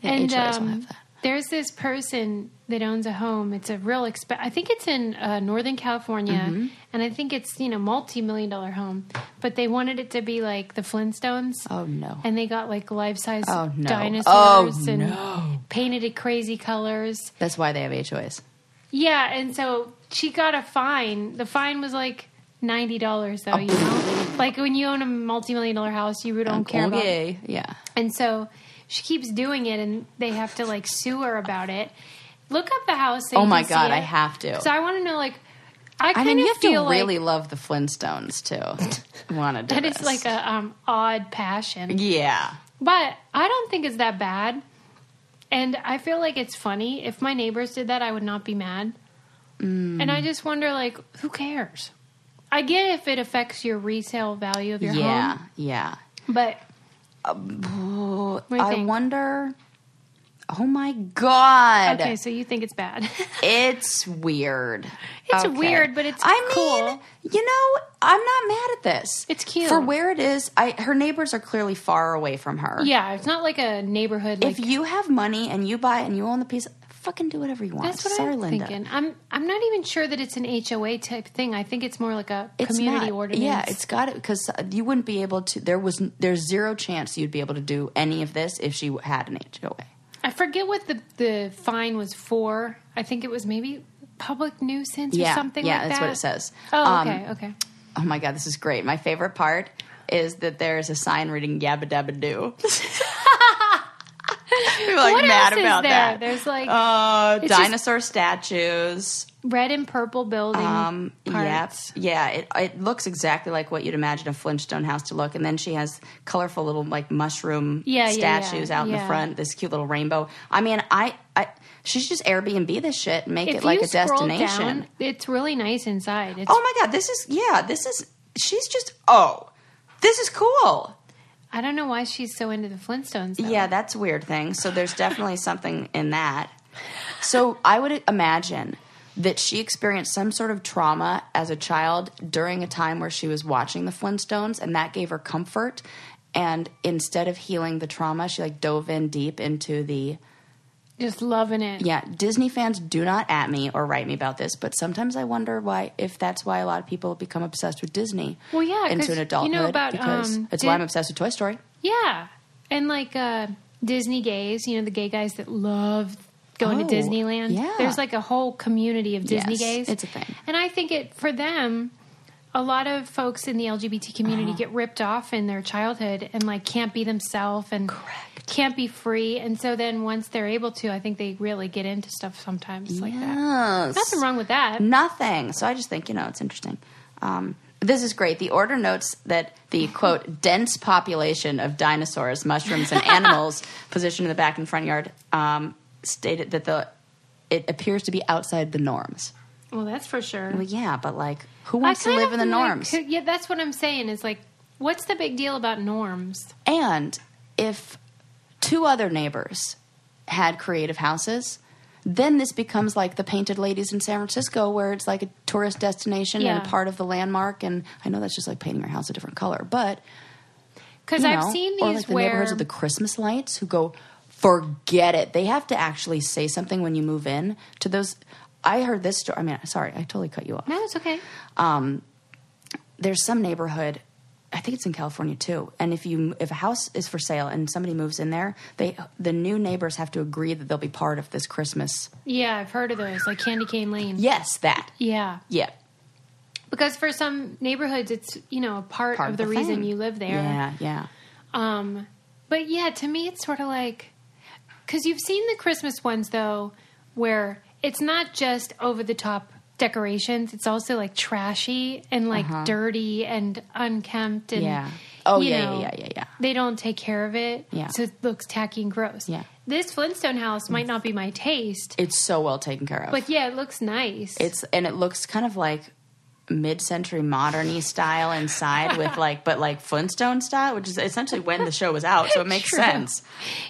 [SPEAKER 1] yeah
[SPEAKER 2] And
[SPEAKER 1] HOAs will
[SPEAKER 2] um,
[SPEAKER 1] have that.
[SPEAKER 2] there's this person that owns a home. It's a real exp. I think it's in uh, Northern California,
[SPEAKER 1] Mm-hmm.
[SPEAKER 2] and I think it's you know multi-million dollar home. But they wanted it to be like the Flintstones.
[SPEAKER 1] Oh no.
[SPEAKER 2] And they got like life size
[SPEAKER 1] Oh, no.
[SPEAKER 2] dinosaurs
[SPEAKER 1] Oh,
[SPEAKER 2] and
[SPEAKER 1] no.
[SPEAKER 2] painted it crazy colors.
[SPEAKER 1] That's why they have HOAs.
[SPEAKER 2] Yeah, and so she got a fine. The fine was like ninety dollars though, you know? Like when you own a multi million dollar house you don't care about
[SPEAKER 1] Okay. Yeah.
[SPEAKER 2] and so she keeps doing it and they have to like sue her about it. Look up the house. So
[SPEAKER 1] Oh
[SPEAKER 2] you
[SPEAKER 1] my
[SPEAKER 2] can see
[SPEAKER 1] God,
[SPEAKER 2] it.
[SPEAKER 1] I have to.
[SPEAKER 2] So I want to know like I
[SPEAKER 1] I
[SPEAKER 2] kind
[SPEAKER 1] mean,
[SPEAKER 2] of
[SPEAKER 1] you have
[SPEAKER 2] feel
[SPEAKER 1] to
[SPEAKER 2] like
[SPEAKER 1] really love the Flintstones too. Want to do
[SPEAKER 2] that
[SPEAKER 1] this.
[SPEAKER 2] is like a um, odd passion.
[SPEAKER 1] yeah.
[SPEAKER 2] But I don't think it's that bad. And I feel like it's funny. If my neighbors did that, I would not be mad.
[SPEAKER 1] Mm.
[SPEAKER 2] And I just wonder, like, who cares? I get if it affects your resale value of your
[SPEAKER 1] yeah.
[SPEAKER 2] home,
[SPEAKER 1] Yeah.
[SPEAKER 2] but do you
[SPEAKER 1] I
[SPEAKER 2] think?
[SPEAKER 1] wonder. Oh my god!
[SPEAKER 2] okay. So you think it's bad?
[SPEAKER 1] It's weird.
[SPEAKER 2] It's weird, but it's
[SPEAKER 1] I mean,
[SPEAKER 2] cool.
[SPEAKER 1] you know, I'm not mad at this.
[SPEAKER 2] It's cute.
[SPEAKER 1] for where it is. I her neighbors are clearly far away from her.
[SPEAKER 2] yeah, it's not like a neighborhood. Like,
[SPEAKER 1] If you have money and you buy it and you own the piece, fucking do whatever you want.
[SPEAKER 2] that's what
[SPEAKER 1] Sorry,
[SPEAKER 2] I'm
[SPEAKER 1] Linda.
[SPEAKER 2] thinking. I'm I'm not even sure that it's an HOA type thing. I think it's more like a community
[SPEAKER 1] not,
[SPEAKER 2] ordinance.
[SPEAKER 1] Yeah, it's got it because you wouldn't be able to. There was there's zero chance you'd be able to do any of this if she had an HOA.
[SPEAKER 2] I forget what the the fine was for. I think it was maybe public nuisance or
[SPEAKER 1] Yeah,
[SPEAKER 2] something
[SPEAKER 1] yeah,
[SPEAKER 2] like that.
[SPEAKER 1] that's what it says.
[SPEAKER 2] Oh,
[SPEAKER 1] Um,
[SPEAKER 2] okay, okay.
[SPEAKER 1] Oh my god, this is great. My favorite part is that there is a sign reading "Yabba Dabba Doo." They're like
[SPEAKER 2] what
[SPEAKER 1] mad
[SPEAKER 2] else
[SPEAKER 1] about
[SPEAKER 2] is there?
[SPEAKER 1] that.
[SPEAKER 2] There's like
[SPEAKER 1] uh,
[SPEAKER 2] it's just-
[SPEAKER 1] dinosaur statues.
[SPEAKER 2] red and purple building.
[SPEAKER 1] Um, yep.
[SPEAKER 2] parts.
[SPEAKER 1] Yeah, it, it looks exactly like what you'd imagine a Flintstone house to look. And then she has colorful little like mushroom
[SPEAKER 2] Yeah, yeah, yeah,
[SPEAKER 1] statues out in the
[SPEAKER 2] yeah.
[SPEAKER 1] front, this cute little rainbow. I mean, I, I she should just Airbnb this shit and make
[SPEAKER 2] If
[SPEAKER 1] it like
[SPEAKER 2] you
[SPEAKER 1] a
[SPEAKER 2] scroll
[SPEAKER 1] destination.
[SPEAKER 2] down, it's really nice inside. It's,
[SPEAKER 1] Oh my god, this is yeah, this is she's just oh, this is cool.
[SPEAKER 2] I don't know why she's so into the Flintstones. Though.
[SPEAKER 1] Yeah, that's a weird thing. So there's definitely something in that. So I would imagine that she experienced some sort of trauma as a child during a time where she was watching the Flintstones and that gave her comfort and instead of healing the trauma, she like dove in deep into the
[SPEAKER 2] just loving it.
[SPEAKER 1] yeah, Disney fans do not at me or write me about this, but sometimes I wonder why if that's why a lot of people become obsessed with Disney.
[SPEAKER 2] Well, yeah, 'cause
[SPEAKER 1] into
[SPEAKER 2] you
[SPEAKER 1] an
[SPEAKER 2] know
[SPEAKER 1] adulthood
[SPEAKER 2] about,
[SPEAKER 1] because
[SPEAKER 2] um,
[SPEAKER 1] it's
[SPEAKER 2] Di-
[SPEAKER 1] why I'm obsessed with Toy Story.
[SPEAKER 2] Yeah. And like uh, Disney gays, you know, the gay guys that love going to
[SPEAKER 1] Oh,
[SPEAKER 2] Disneyland.
[SPEAKER 1] yeah.
[SPEAKER 2] There's like a whole community of Disney
[SPEAKER 1] Yes,
[SPEAKER 2] gays.
[SPEAKER 1] it's a thing.
[SPEAKER 2] And I think it for them a lot of folks in the LGBT community
[SPEAKER 1] Uh-huh.
[SPEAKER 2] get ripped off in their childhood and like can't be themselves and can't be free. And so then once they're able to, I think they really get into stuff sometimes like that.
[SPEAKER 1] Yes. Mm.
[SPEAKER 2] Nothing wrong with that.
[SPEAKER 1] Nothing. So I just think, you know, it's interesting. Um, this is great. The order notes that the quote dense population of dinosaurs, mushrooms, and animals positioned in the back and front yard um, stated that the it appears to be outside the norms.
[SPEAKER 2] Well, that's for sure.
[SPEAKER 1] Well, yeah, but like, who wants to
[SPEAKER 2] kind
[SPEAKER 1] live in
[SPEAKER 2] of
[SPEAKER 1] the
[SPEAKER 2] like-
[SPEAKER 1] norms?
[SPEAKER 2] yeah, that's what I'm saying. Is like, what's the big deal about norms?
[SPEAKER 1] And if two other neighbors had creative houses, then this becomes like the Painted Ladies in San Francisco, where it's like a tourist destination and
[SPEAKER 2] Yeah.
[SPEAKER 1] a part of the landmark. And I know that's just like painting your house a different color, but
[SPEAKER 2] Because
[SPEAKER 1] you
[SPEAKER 2] I've
[SPEAKER 1] know,
[SPEAKER 2] seen
[SPEAKER 1] or
[SPEAKER 2] these
[SPEAKER 1] like the
[SPEAKER 2] where
[SPEAKER 1] neighborhoods with the Christmas lights who go, forget it. They have to actually say something when you move in to those. I heard this story. I mean, sorry, I totally cut you off.
[SPEAKER 2] no, it's okay.
[SPEAKER 1] there's some neighborhood I think it's in California too. And if you if a house is for sale and somebody moves in there, they the new neighbors have to agree that they'll be part of this Christmas.
[SPEAKER 2] Yeah, I've heard of those, like Candy Cane Lane.
[SPEAKER 1] Yes, that.
[SPEAKER 2] Yeah,
[SPEAKER 1] Yeah.
[SPEAKER 2] because for some neighborhoods, it's you know a part,
[SPEAKER 1] Part
[SPEAKER 2] of the, reason
[SPEAKER 1] thing.
[SPEAKER 2] you live there.
[SPEAKER 1] Yeah, yeah.
[SPEAKER 2] Um, but yeah, to me, it's sort of like because you've seen the Christmas ones though, where it's not just over the top decorations; it's also like trashy and like dirty and unkempt and
[SPEAKER 1] Uh-huh. Yeah. Oh,
[SPEAKER 2] you
[SPEAKER 1] yeah,
[SPEAKER 2] know,
[SPEAKER 1] yeah, yeah, yeah, yeah.
[SPEAKER 2] They don't take care of it,
[SPEAKER 1] Yeah.
[SPEAKER 2] so it looks tacky and gross.
[SPEAKER 1] Yeah.
[SPEAKER 2] This Flintstone house might not be my taste,
[SPEAKER 1] It's so well taken care of.
[SPEAKER 2] but yeah, it looks nice.
[SPEAKER 1] it's and it looks kind of like mid-century moderny style inside with like but like Flintstone style, which is essentially when the show was out, so it makes
[SPEAKER 2] True.
[SPEAKER 1] sense.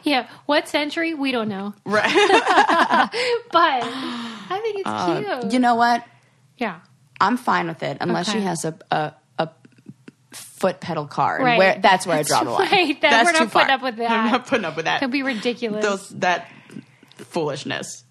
[SPEAKER 2] Yeah, what century? We don't know. Right. but I think it's cute.
[SPEAKER 1] Uh, You know what?
[SPEAKER 2] yeah.
[SPEAKER 1] I'm fine with it unless
[SPEAKER 2] Okay.
[SPEAKER 1] she has a a, a foot pedal car. And
[SPEAKER 2] Right.
[SPEAKER 1] where that's where
[SPEAKER 2] That's
[SPEAKER 1] I draw the line.
[SPEAKER 2] right. That-
[SPEAKER 1] that's
[SPEAKER 2] we're not
[SPEAKER 1] too far.
[SPEAKER 2] putting up with that.
[SPEAKER 1] I'm not putting up with that.
[SPEAKER 2] That'd be ridiculous.
[SPEAKER 1] Those that foolishness.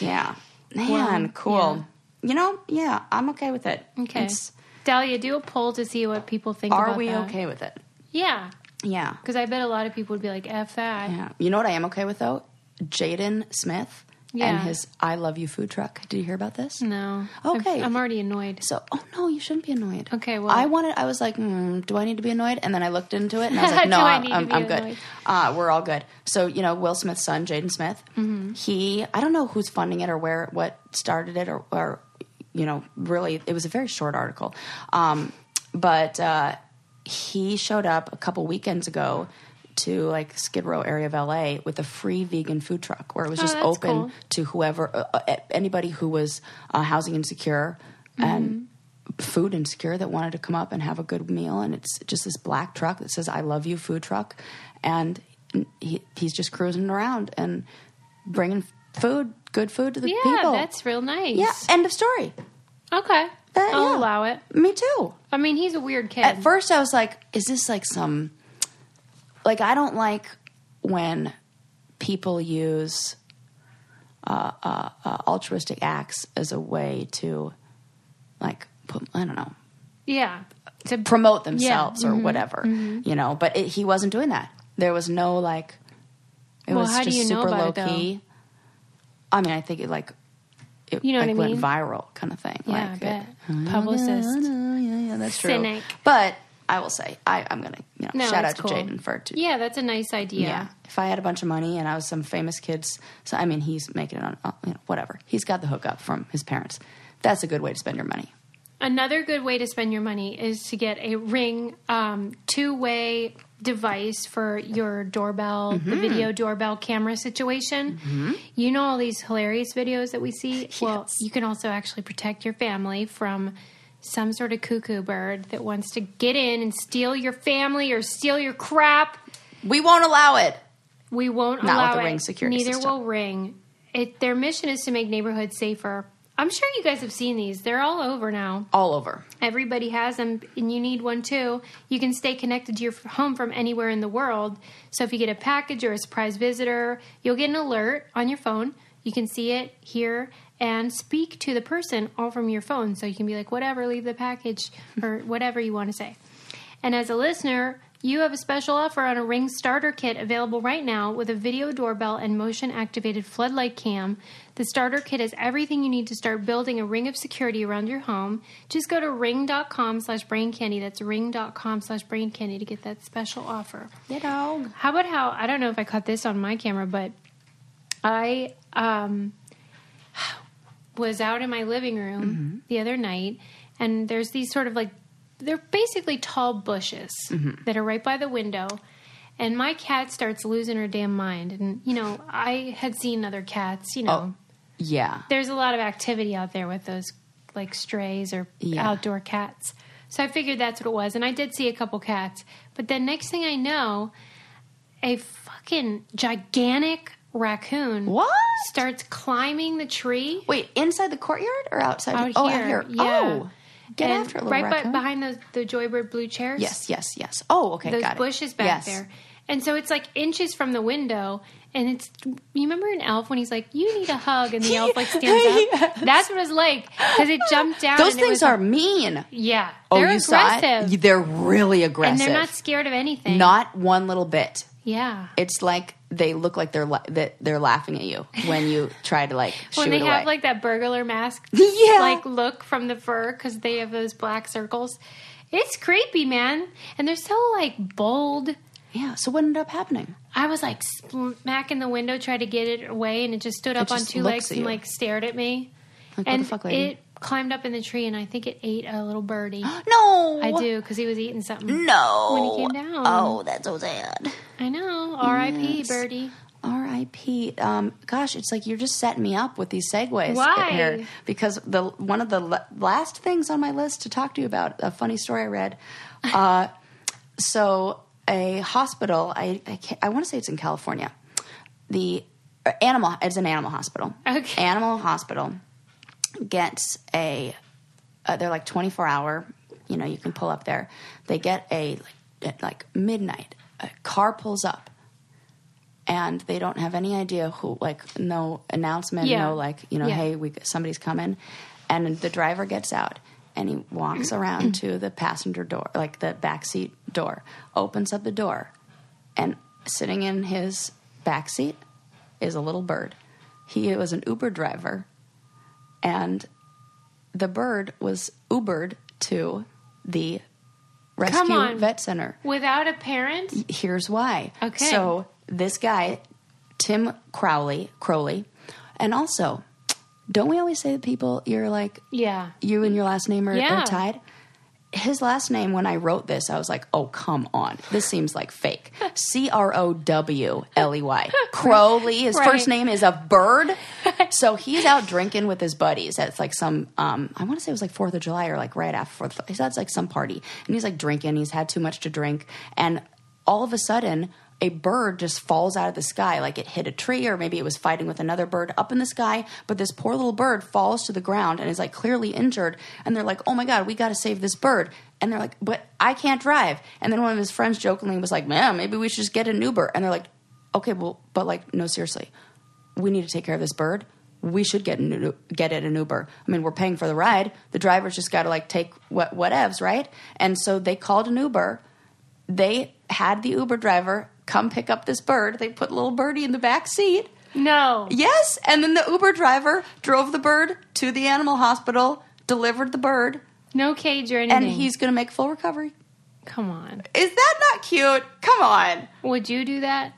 [SPEAKER 1] yeah, man,
[SPEAKER 2] Well,
[SPEAKER 1] cool. You know, yeah, I'm okay with it.
[SPEAKER 2] okay.
[SPEAKER 1] It's-
[SPEAKER 2] Dahlia, do a poll to see what people think
[SPEAKER 1] are
[SPEAKER 2] about
[SPEAKER 1] we
[SPEAKER 2] that.
[SPEAKER 1] okay with it?
[SPEAKER 2] Yeah.
[SPEAKER 1] Yeah,
[SPEAKER 2] Because I bet a lot of people would be like, F that.
[SPEAKER 1] yeah. You know what I am okay with though? Jaden Smith
[SPEAKER 2] Yeah.
[SPEAKER 1] and his "I Love You" food truck. Did you hear about this?
[SPEAKER 2] No.
[SPEAKER 1] Okay.
[SPEAKER 2] I'm, I'm already annoyed.
[SPEAKER 1] So, oh no, you shouldn't be annoyed.
[SPEAKER 2] Okay, well-
[SPEAKER 1] I wanted. I was like, mm, do I need to be annoyed? And then I looked into it, and I was like,
[SPEAKER 2] Do
[SPEAKER 1] no,
[SPEAKER 2] I
[SPEAKER 1] I'm,
[SPEAKER 2] need to
[SPEAKER 1] I'm,
[SPEAKER 2] be
[SPEAKER 1] I'm good.
[SPEAKER 2] annoyed?
[SPEAKER 1] Uh, we're all good. So, you know, Will Smith's son, Jaden Smith.
[SPEAKER 2] Mm-hmm.
[SPEAKER 1] He, I don't know who's funding it or where, what started it, or, or you know, really, it was a very short article, um, but uh, he showed up a couple weekends ago. To like Skid Row area of LA with a free vegan food truck where it was just
[SPEAKER 2] Oh, that's
[SPEAKER 1] open
[SPEAKER 2] cool.
[SPEAKER 1] to whoever, uh, uh, anybody who was uh, housing insecure and
[SPEAKER 2] Mm-hmm.
[SPEAKER 1] food insecure that wanted to come up and have a good meal. And it's just this black truck that says "I love you" food truck, and he, he's just cruising around and bringing food, good food to the
[SPEAKER 2] Yeah,
[SPEAKER 1] people.
[SPEAKER 2] that's real nice.
[SPEAKER 1] yeah. End of story.
[SPEAKER 2] Okay.
[SPEAKER 1] That-
[SPEAKER 2] I'll
[SPEAKER 1] yeah.
[SPEAKER 2] allow it.
[SPEAKER 1] Me too.
[SPEAKER 2] I mean, he's a weird kid.
[SPEAKER 1] At first, I was like, "Is this like some?" Like I don't like when people use uh, uh, uh, altruistic acts as a way to, like, put, I don't know,
[SPEAKER 2] yeah. Mm-hmm. To
[SPEAKER 1] promote themselves or whatever, you know. But it, he wasn't doing that. There was no like. It
[SPEAKER 2] Well,
[SPEAKER 1] was
[SPEAKER 2] how do
[SPEAKER 1] just
[SPEAKER 2] you know
[SPEAKER 1] super low
[SPEAKER 2] about it,
[SPEAKER 1] key. I mean, I think it like. It,
[SPEAKER 2] You know what
[SPEAKER 1] like
[SPEAKER 2] I mean?
[SPEAKER 1] Went viral, kind of thing.
[SPEAKER 2] Yeah,
[SPEAKER 1] like,
[SPEAKER 2] I bet.
[SPEAKER 1] it-
[SPEAKER 2] Publicist.
[SPEAKER 1] yeah, yeah, that's true.
[SPEAKER 2] Cynic.
[SPEAKER 1] But I will say I, I'm gonna you know
[SPEAKER 2] No,
[SPEAKER 1] shout out
[SPEAKER 2] it's
[SPEAKER 1] to
[SPEAKER 2] cool.
[SPEAKER 1] Jaden for to,
[SPEAKER 2] Yeah, that's a nice idea.
[SPEAKER 1] If I had a bunch of money and I was some famous kids, so I mean he's making it on uh, you know, whatever. He's got the hookup from his parents. That's a good way to spend your money.
[SPEAKER 2] Another good way to spend your money is to get a ring um, two way device for your doorbell,
[SPEAKER 1] Mm-hmm.
[SPEAKER 2] the video doorbell camera situation. You know, all these hilarious videos that we see? Well,
[SPEAKER 1] Yes.
[SPEAKER 2] you can also actually protect your family from some sort of cuckoo bird that wants to get in and steal your family or steal your crap.
[SPEAKER 1] We won't allow it.
[SPEAKER 2] We won't
[SPEAKER 1] Not
[SPEAKER 2] allow
[SPEAKER 1] with the
[SPEAKER 2] it.
[SPEAKER 1] Ring security
[SPEAKER 2] Neither
[SPEAKER 1] system.
[SPEAKER 2] will Ring. It, their mission is to make neighborhoods safer. I'm sure you guys have seen these. They're all over now.
[SPEAKER 1] All over.
[SPEAKER 2] Everybody has them, and you need one too. You can stay connected to your f- home from anywhere in the world. So if you get a package or a surprise visitor, you'll get an alert on your phone. You can see it, hear, and speak to the person all from your phone. So you can be like, whatever, leave the package, or whatever you want to say. And as a listener, you have a special offer on a Ring starter kit available right now with a video doorbell and motion activated floodlight cam. The starter kit has everything you need to start building a ring of security around your home. Just go to ring.com slash brain candy. That's ring.com slash brain candy to get that special offer.
[SPEAKER 1] You know.
[SPEAKER 2] How about how I don't know if I caught this on my camera, but I um, was out in my living room the other night, and there's these sort of like they're basically tall bushes that are right by the window. And my cat starts losing her damn mind. And, you know, I had seen other cats, you know,
[SPEAKER 1] Oh, Yeah.
[SPEAKER 2] there's a lot of activity out there with those like strays or
[SPEAKER 1] Yeah.
[SPEAKER 2] outdoor cats. So I figured that's what it was, and I did see a couple cats. But then next thing I know, a fucking gigantic raccoon
[SPEAKER 1] What?
[SPEAKER 2] starts climbing the tree
[SPEAKER 1] Wait, inside the courtyard or outside?
[SPEAKER 2] out
[SPEAKER 1] oh,
[SPEAKER 2] here.
[SPEAKER 1] out here.
[SPEAKER 2] Yeah.
[SPEAKER 1] Oh, get
[SPEAKER 2] And
[SPEAKER 1] after it, little
[SPEAKER 2] right
[SPEAKER 1] raccoon.
[SPEAKER 2] By, behind those the joybird blue chairs.
[SPEAKER 1] Yes, yes, yes. Oh, okay,
[SPEAKER 2] those
[SPEAKER 1] got it.
[SPEAKER 2] bushes back
[SPEAKER 1] yes.
[SPEAKER 2] there. And so it's like inches from the window, and it's you remember an elf when he's like, "You need a hug," and the elf like stands up. That's what it was like because it jumped down.
[SPEAKER 1] Those
[SPEAKER 2] and it
[SPEAKER 1] things
[SPEAKER 2] was
[SPEAKER 1] are
[SPEAKER 2] like-
[SPEAKER 1] mean.
[SPEAKER 2] yeah,
[SPEAKER 1] Oh,
[SPEAKER 2] they're
[SPEAKER 1] you
[SPEAKER 2] aggressive,
[SPEAKER 1] saw it? They're really
[SPEAKER 2] and
[SPEAKER 1] aggressive.
[SPEAKER 2] they're not scared of anything.
[SPEAKER 1] Not one little bit.
[SPEAKER 2] yeah.
[SPEAKER 1] It's like they look like they're la- that they're laughing at you when you try to like
[SPEAKER 2] when
[SPEAKER 1] shoo
[SPEAKER 2] they
[SPEAKER 1] it
[SPEAKER 2] have
[SPEAKER 1] away.
[SPEAKER 2] like that burglar mask,
[SPEAKER 1] Yeah.
[SPEAKER 2] like look from the fur because they have those black circles. It's creepy, man, and they're so like bold.
[SPEAKER 1] yeah. So what ended up happening?
[SPEAKER 2] I was like smacking the window, tried to get it away, and it just stood up on
[SPEAKER 1] just
[SPEAKER 2] two
[SPEAKER 1] looks
[SPEAKER 2] legs
[SPEAKER 1] at
[SPEAKER 2] and
[SPEAKER 1] you.
[SPEAKER 2] like stared at me.
[SPEAKER 1] Like, what
[SPEAKER 2] and
[SPEAKER 1] the fuck, lady?
[SPEAKER 2] it climbed up in the tree, and I think it ate a little birdie.
[SPEAKER 1] No,
[SPEAKER 2] I do because he was eating something.
[SPEAKER 1] No,
[SPEAKER 2] When he came down.
[SPEAKER 1] Oh, that's so sad.
[SPEAKER 2] I know. R.I.P.
[SPEAKER 1] Yes.
[SPEAKER 2] Birdie.
[SPEAKER 1] R.I.P. Um, gosh, it's like you're just setting me up with these segues
[SPEAKER 2] Why?
[SPEAKER 1] here because the one of the l- last things on my list to talk to you about a funny story I read. Uh, so a hospital, I I, can't- I want to say it's in California. The uh, animal, it's an animal hospital.
[SPEAKER 2] Okay.
[SPEAKER 1] Animal hospital gets a uh, they're like 24 hour you know you can pull up there they get a like, at like midnight a car pulls up and they don't have any idea who like no announcement
[SPEAKER 2] Yeah.
[SPEAKER 1] no like you know
[SPEAKER 2] Yeah.
[SPEAKER 1] hey we somebody's coming and the driver gets out and he walks around to the passenger door like the back seat door opens up the door and sitting in his back seat is a little bird he was an uber driver and the bird was Ubered to the rescue
[SPEAKER 2] on.
[SPEAKER 1] vet center.
[SPEAKER 2] Without a parent,
[SPEAKER 1] Here's why.
[SPEAKER 2] Okay.
[SPEAKER 1] So this guy, Tim Crowley, Crowley, and also, don't we always say that people you're like
[SPEAKER 2] yeah,
[SPEAKER 1] you and your last name are, are
[SPEAKER 2] Yeah.
[SPEAKER 1] tied? His last name, when I wrote this, I was like, oh, come on. This seems like fake. C R O W L E Y. Crowley. His
[SPEAKER 2] Right.
[SPEAKER 1] first name is a bird. So he's out drinking with his buddies at like some, um, I want to say it was like 4th of July or like right after 4th. He's at like some party and he's like drinking. He's had too much to drink. And all of a sudden, a bird just falls out of the sky. Like it hit a tree or maybe it was fighting with another bird up in the sky. But this poor little bird falls to the ground and is like clearly injured. And they're like, oh my God, we got to save this bird. And they're like, but I can't drive. And then one of his friends jokingly was like, man, maybe we should just get an Uber. And they're like, okay, well, but like, no, seriously we need to take care of this bird. We should get an, get it an Uber. I mean, we're paying for the ride. The driver's just got to like take what whatevs, right? And so they called an Uber. They had the Uber driver come pick up this bird. They put little birdie in the back seat.
[SPEAKER 2] no,
[SPEAKER 1] Yes, and then the Uber driver drove the bird to the animal hospital, delivered the bird,
[SPEAKER 2] no cage or anything.
[SPEAKER 1] and he's going to make full recovery.
[SPEAKER 2] Come on.
[SPEAKER 1] Is that not cute? Come on.
[SPEAKER 2] Would you do that?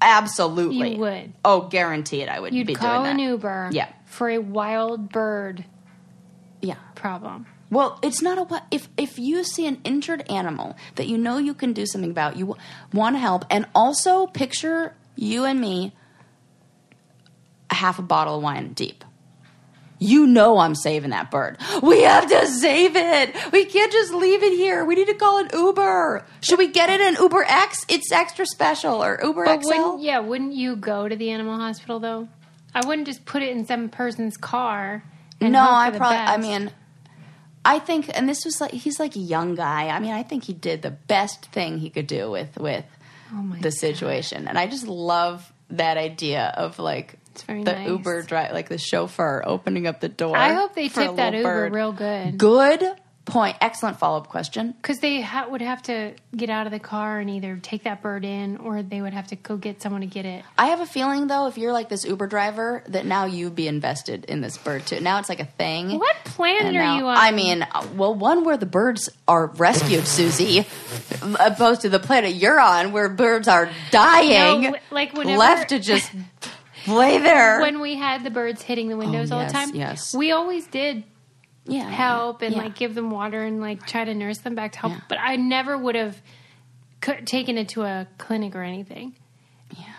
[SPEAKER 1] Absolutely.
[SPEAKER 2] You would.
[SPEAKER 1] Oh, guarantee it. I would
[SPEAKER 2] You'd
[SPEAKER 1] be
[SPEAKER 2] call
[SPEAKER 1] doing
[SPEAKER 2] an
[SPEAKER 1] that.
[SPEAKER 2] Uber
[SPEAKER 1] Yeah.
[SPEAKER 2] for a wild bird
[SPEAKER 1] Yeah.
[SPEAKER 2] problem.
[SPEAKER 1] Well, it's not a what if if you see an injured animal that you know you can do something about, you want to help, and also picture you and me a half a bottle of wine deep. You know I'm saving that bird. We have to save it. We can't just leave it here. We need to call an Uber. Should we get it an Uber X? It's extra special or Uber
[SPEAKER 2] But
[SPEAKER 1] XL.
[SPEAKER 2] wouldn't yeah, wouldn't you go to the animal hospital though? I wouldn't just put it in some person's car. And
[SPEAKER 1] no,
[SPEAKER 2] hope for
[SPEAKER 1] I
[SPEAKER 2] the
[SPEAKER 1] probably. I
[SPEAKER 2] best.
[SPEAKER 1] mean, I think, and this was like he's like a young guy. I mean, I think he did the best thing he could do with with
[SPEAKER 2] Oh my
[SPEAKER 1] the situation, and I just love that idea of like
[SPEAKER 2] It's very
[SPEAKER 1] the
[SPEAKER 2] nice.
[SPEAKER 1] Uber drive, like the chauffeur opening up the door.
[SPEAKER 2] I hope they
[SPEAKER 1] for a
[SPEAKER 2] tip that
[SPEAKER 1] little
[SPEAKER 2] Uber
[SPEAKER 1] bird.
[SPEAKER 2] real good
[SPEAKER 1] Good point. Excellent follow up question.
[SPEAKER 2] because they ha- would have to get out of the car and either take that bird in or they would have to go get someone to get it.
[SPEAKER 1] I have a feeling though, if you're like this Uber driver, that now you be invested in this bird too. Now it's like a thing.
[SPEAKER 2] What planet
[SPEAKER 1] And
[SPEAKER 2] are
[SPEAKER 1] now-
[SPEAKER 2] you on?
[SPEAKER 1] I mean, uh, well, one where the birds are rescued, Susie, opposed to the planet you're on, where birds are dying,
[SPEAKER 2] No, like whenever-
[SPEAKER 1] left to just lay there.
[SPEAKER 2] when we had the birds hitting the windows all
[SPEAKER 1] Oh, yes,
[SPEAKER 2] the time,
[SPEAKER 1] yes.
[SPEAKER 2] we always did
[SPEAKER 1] yeah,
[SPEAKER 2] help and
[SPEAKER 1] yeah.
[SPEAKER 2] like give them water and like try to nurse them back to help.
[SPEAKER 1] Yeah.
[SPEAKER 2] But I never would have co- taken it to a clinic or anything.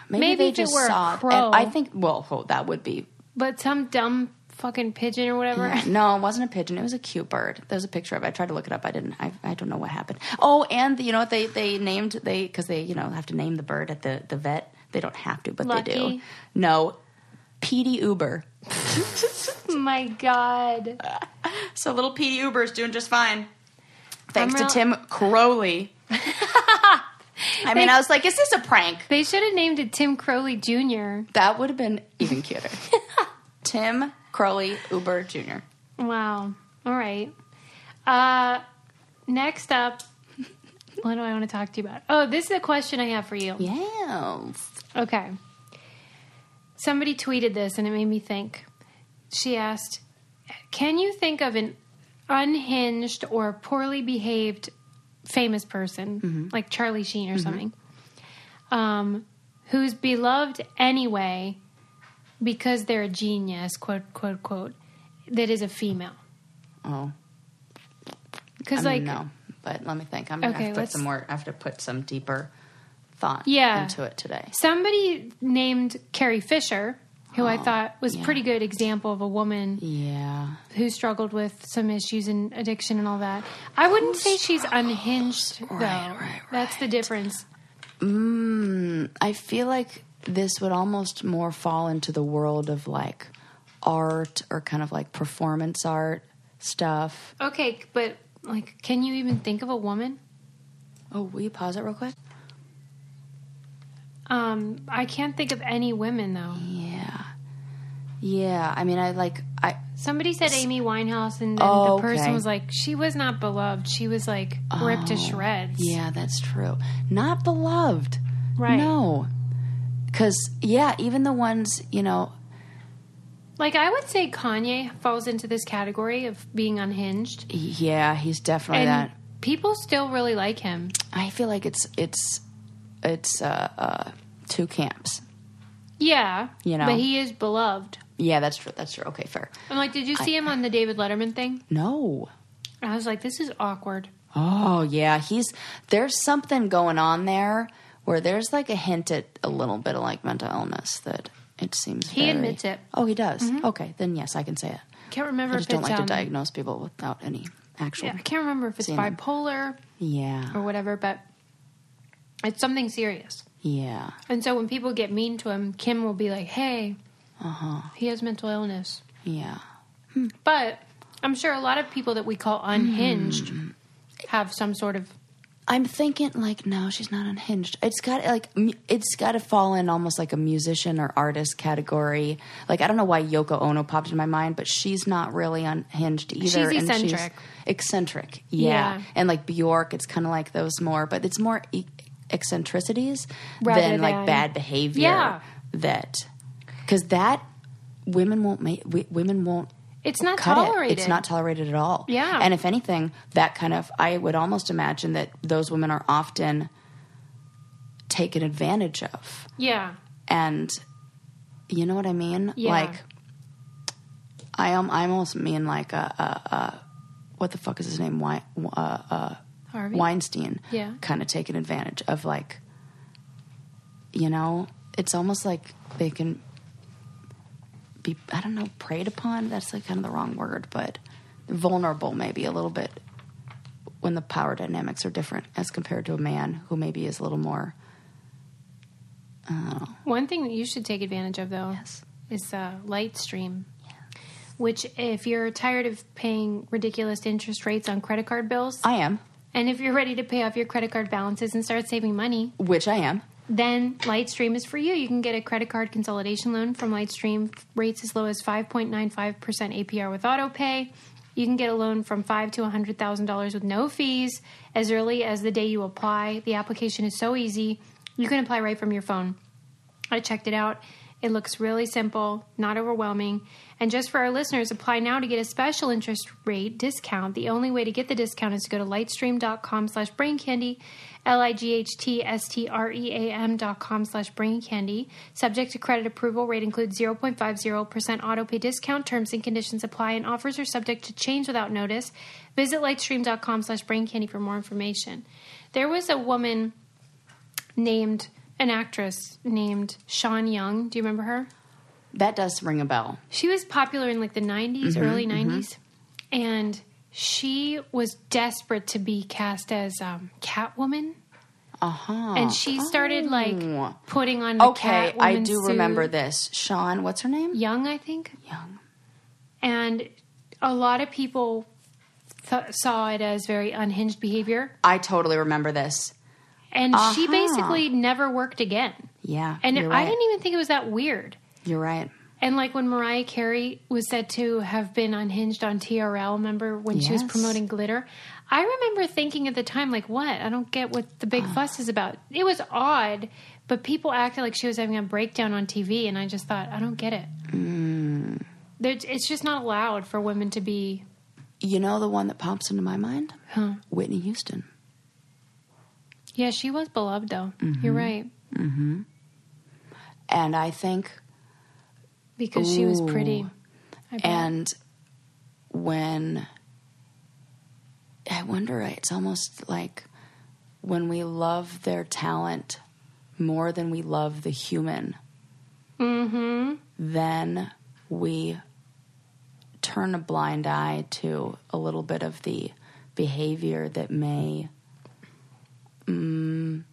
[SPEAKER 1] maybe,
[SPEAKER 2] maybe
[SPEAKER 1] they
[SPEAKER 2] if it
[SPEAKER 1] just
[SPEAKER 2] were a
[SPEAKER 1] saw. it.
[SPEAKER 2] crow.
[SPEAKER 1] And I think. Well, oh, that would be.
[SPEAKER 2] But some dumb fucking pigeon or whatever.
[SPEAKER 1] No, it wasn't a pigeon. It was a cute bird. There was a picture of. it. I tried to look it up. I didn't. I, I don't know what happened. Oh, and you know what they they named they because they you know have to name the bird at the the vet. They don't have to, but they do.
[SPEAKER 2] Lucky.
[SPEAKER 1] No, Petey Uber.
[SPEAKER 2] My God.
[SPEAKER 1] So little Petey Uber's doing just fine. Thanks
[SPEAKER 2] I'm
[SPEAKER 1] to
[SPEAKER 2] real-
[SPEAKER 1] Tim Crowley. I mean, I was like, is this a prank?
[SPEAKER 2] They should have named it Tim Crowley Jr.
[SPEAKER 1] That would have been even cuter. Tim Crowley Uber Jr.
[SPEAKER 2] Wow. All right. Uh, next up, what do I want to talk to you about? Oh, this is a question I have for you.
[SPEAKER 1] Yes.
[SPEAKER 2] Okay. Somebody tweeted this and it made me think. She asked, Can you think of an unhinged or poorly behaved famous person,
[SPEAKER 1] Mm-hmm.
[SPEAKER 2] like Charlie Sheen or something, um, who's beloved anyway because they're a genius, quote, quote, quote, that is a female?
[SPEAKER 1] Oh, I
[SPEAKER 2] Because,
[SPEAKER 1] like,
[SPEAKER 2] like,
[SPEAKER 1] no. But let me think. I'm gonna
[SPEAKER 2] Okay,
[SPEAKER 1] have to put
[SPEAKER 2] let's-
[SPEAKER 1] some more. I have to put some deeper thought
[SPEAKER 2] Yeah.
[SPEAKER 1] into it today.
[SPEAKER 2] somebody named Carrie Fisher, who I thought was
[SPEAKER 1] Oh, yeah.
[SPEAKER 2] pretty good example of a woman
[SPEAKER 1] Yeah.
[SPEAKER 2] who struggled with some issues and addiction and all that. I wouldn't say she's unhinged though.
[SPEAKER 1] right,
[SPEAKER 2] That's the difference.
[SPEAKER 1] Mm, I feel like this would almost more fall into the world of like art or kind of like performance art stuff.
[SPEAKER 2] Okay, but like can you even think of a woman?
[SPEAKER 1] Oh, will you pause it real quick?
[SPEAKER 2] Um I can't think of any women though.
[SPEAKER 1] Yeah. Yeah. I mean, I like, I,
[SPEAKER 2] Somebody said Amy Winehouse and then
[SPEAKER 1] Oh,
[SPEAKER 2] the person
[SPEAKER 1] okay. Oh,
[SPEAKER 2] was like she was not beloved. She was like ripped to shreds.
[SPEAKER 1] yeah, that's true. Not beloved.
[SPEAKER 2] Right.
[SPEAKER 1] No. Cause, yeah, even the ones, you know,
[SPEAKER 2] Like I would say Kanye falls into this category of being unhinged.
[SPEAKER 1] yeah, he's definitely
[SPEAKER 2] And
[SPEAKER 1] that.
[SPEAKER 2] people still really like him.
[SPEAKER 1] I feel like it's, it's, it's, uh, uh, two camps.
[SPEAKER 2] Yeah.
[SPEAKER 1] You know.
[SPEAKER 2] But he is beloved.
[SPEAKER 1] Yeah, that's true. That's true. Okay, fair.
[SPEAKER 2] I'm like, did you see him on the David Letterman thing?
[SPEAKER 1] No.
[SPEAKER 2] I was like, this is awkward.
[SPEAKER 1] Oh yeah, he's there's something going on there where there's like a hint at a little bit of like mental illness that it seems
[SPEAKER 2] He
[SPEAKER 1] very-
[SPEAKER 2] admits it.
[SPEAKER 1] Oh, he does. Okay, then yes, I can say it.
[SPEAKER 2] Can't remember
[SPEAKER 1] I
[SPEAKER 2] if
[SPEAKER 1] just
[SPEAKER 2] it's
[SPEAKER 1] don't like to
[SPEAKER 2] um,
[SPEAKER 1] diagnose people without any actual.
[SPEAKER 2] yeah, I can't remember if it's
[SPEAKER 1] Seeing him.
[SPEAKER 2] bipolar or
[SPEAKER 1] Yeah,
[SPEAKER 2] whatever, but it's something serious.
[SPEAKER 1] yeah.
[SPEAKER 2] And so when people get mean to him, Kim will be like, "Hey,
[SPEAKER 1] Uh huh.
[SPEAKER 2] he has mental illness."
[SPEAKER 1] Yeah.
[SPEAKER 2] But I'm sure a lot of people that we call unhinged
[SPEAKER 1] Hmm.
[SPEAKER 2] have some sort of
[SPEAKER 1] I'm thinking like no, she's not unhinged. It's got like mu- it's got to fall in almost like a musician or artist category. Like I don't know why Yoko Ono popped in my mind, but she's not really unhinged either.
[SPEAKER 2] She's
[SPEAKER 1] and
[SPEAKER 2] eccentric.
[SPEAKER 1] eccentric, yeah.
[SPEAKER 2] Yeah.
[SPEAKER 1] And like Bjork, it's kind of like those more, but it's more e- eccentricities
[SPEAKER 2] Rather
[SPEAKER 1] than, like
[SPEAKER 2] than-
[SPEAKER 1] bad behavior.
[SPEAKER 2] Yeah.
[SPEAKER 1] That because that women won't make w- women won't
[SPEAKER 2] It's not
[SPEAKER 1] cut
[SPEAKER 2] tolerated.
[SPEAKER 1] it. It's not tolerated at all.
[SPEAKER 2] Yeah.
[SPEAKER 1] And if anything, that kind of I would almost imagine that those women are often taken advantage of.
[SPEAKER 2] Yeah.
[SPEAKER 1] And you know what I mean?
[SPEAKER 2] Yeah.
[SPEAKER 1] Like I am I almost mean like a, a, a what the fuck is his name? Why uh,
[SPEAKER 2] Harvey.
[SPEAKER 1] Weinstein
[SPEAKER 2] Yeah.
[SPEAKER 1] kind of taken advantage of like you know it's almost like they can be I don't know preyed upon that's like kind of the wrong word but vulnerable maybe a little bit when the power dynamics are different as compared to a man who maybe is a little more
[SPEAKER 2] One thing that you should take advantage of, though, is uh, Lightstream, which, if you're tired of paying ridiculous interest rates on credit card bills,
[SPEAKER 1] I am
[SPEAKER 2] and if you're ready to pay off your credit card balances and start saving money,
[SPEAKER 1] which I am
[SPEAKER 2] then Lightstream is for you. You can get a credit card consolidation loan from Lightstream, rates as low as 5.95% APR with auto pay. You can get a loan from five to $100,000 with no fees as early as the day you apply. The application is so easy. You can apply right from your phone. I checked it out. It looks really simple, not overwhelming. And just for our listeners, apply now to get a special interest rate discount. The only way to get the discount is to go to lightstream.com slash brain candy, L-I-G-H-T-S-T-R-E-A-M E dot com slash brain candy. Subject to credit approval, rate includes 0.50% auto pay discount. Terms and conditions apply and offers are subject to change without notice. Visit lightstream.com slash brain candy for more information. There was a woman named an actress named Sean Young. Do you remember her?
[SPEAKER 1] that does ring a bell
[SPEAKER 2] She was popular in like the 90s,
[SPEAKER 1] Mm-hmm,
[SPEAKER 2] early 90s. And she was desperate to be cast as um, Catwoman.
[SPEAKER 1] uh-huh
[SPEAKER 2] And she started
[SPEAKER 1] Oh.
[SPEAKER 2] like putting on the
[SPEAKER 1] okay
[SPEAKER 2] Catwoman
[SPEAKER 1] I do
[SPEAKER 2] suit.
[SPEAKER 1] remember this Sean what's her name
[SPEAKER 2] Young, I think.
[SPEAKER 1] Young
[SPEAKER 2] And a lot of people th- saw it as very unhinged behavior.
[SPEAKER 1] I totally remember this
[SPEAKER 2] And she
[SPEAKER 1] Uh-huh.
[SPEAKER 2] basically never worked again.
[SPEAKER 1] yeah
[SPEAKER 2] And
[SPEAKER 1] you're
[SPEAKER 2] I
[SPEAKER 1] right.
[SPEAKER 2] didn't e- even think it was that weird.
[SPEAKER 1] you're right
[SPEAKER 2] And like when Mariah Carey was said to have been unhinged on TRL, remember when she was
[SPEAKER 1] Yes.
[SPEAKER 2] promoting Glitter? I remember thinking at the time, like, what? I don't get what the big
[SPEAKER 1] Ah.
[SPEAKER 2] fuss is about. It was odd, but people acted like she was having a breakdown on TV, and I just thought, I don't get it.
[SPEAKER 1] Mm.
[SPEAKER 2] There's It's just not allowed for women to be.
[SPEAKER 1] You know the one that pops into my mind?
[SPEAKER 2] Huh.
[SPEAKER 1] Whitney Houston.
[SPEAKER 2] Yeah, she was beloved, though.
[SPEAKER 1] Mm-hmm.
[SPEAKER 2] You're right.
[SPEAKER 1] And I think,
[SPEAKER 2] Because she was
[SPEAKER 1] Ooh.
[SPEAKER 2] pretty. I bet.
[SPEAKER 1] and when I wonder, it's almost like when we love their talent more than we love the human, mm-hmm. then we turn a blind eye to a little bit of the behavior that may mm,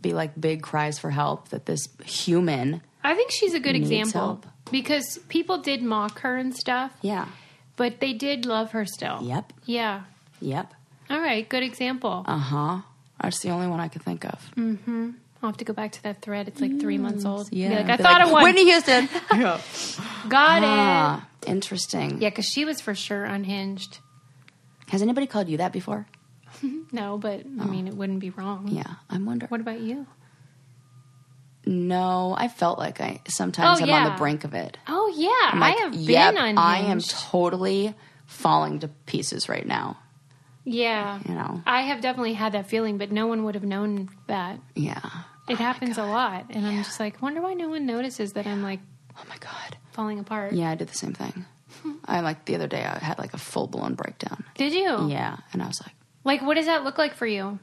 [SPEAKER 1] be like big cries for help that this human.
[SPEAKER 2] I think she's a good
[SPEAKER 1] Needs
[SPEAKER 2] example.
[SPEAKER 1] help.
[SPEAKER 2] Because people did mock her and stuff.
[SPEAKER 1] Yeah.
[SPEAKER 2] But they did love her still.
[SPEAKER 1] Yep.
[SPEAKER 2] Yeah.
[SPEAKER 1] Yep.
[SPEAKER 2] All right. Good example.
[SPEAKER 1] Uh huh. That's the only one I could think of.
[SPEAKER 2] I'll have to go back to that thread. It's like three months old. Yeah. Be like, I
[SPEAKER 1] Be
[SPEAKER 2] thought
[SPEAKER 1] like,
[SPEAKER 2] it was.
[SPEAKER 1] Whitney Houston.
[SPEAKER 2] Got it.
[SPEAKER 1] ah, interesting.
[SPEAKER 2] Yeah, because she was for sure unhinged.
[SPEAKER 1] Has anybody called you that before?
[SPEAKER 2] No, but I mean, it wouldn't be wrong.
[SPEAKER 1] Oh. Yeah, I wonder.
[SPEAKER 2] What about you?
[SPEAKER 1] No, I felt like I sometimes
[SPEAKER 2] Oh,
[SPEAKER 1] I'm on
[SPEAKER 2] yeah.
[SPEAKER 1] the brink of it.
[SPEAKER 2] Oh, yeah.
[SPEAKER 1] Like,
[SPEAKER 2] I have been
[SPEAKER 1] yep,
[SPEAKER 2] unhinged.
[SPEAKER 1] I am totally falling to pieces right now.
[SPEAKER 2] yeah.
[SPEAKER 1] You know.
[SPEAKER 2] I have definitely had that feeling, but no one would have known that.
[SPEAKER 1] Yeah. Oh
[SPEAKER 2] It happens a lot. And I'm just like, wonder why no one notices that I'm like
[SPEAKER 1] Oh my god.
[SPEAKER 2] falling apart.
[SPEAKER 1] Yeah, I did the same thing. I like the other day I had like a full blown breakdown.
[SPEAKER 2] Did you?
[SPEAKER 1] Yeah, and I was like,
[SPEAKER 2] Like, what does that look like for you?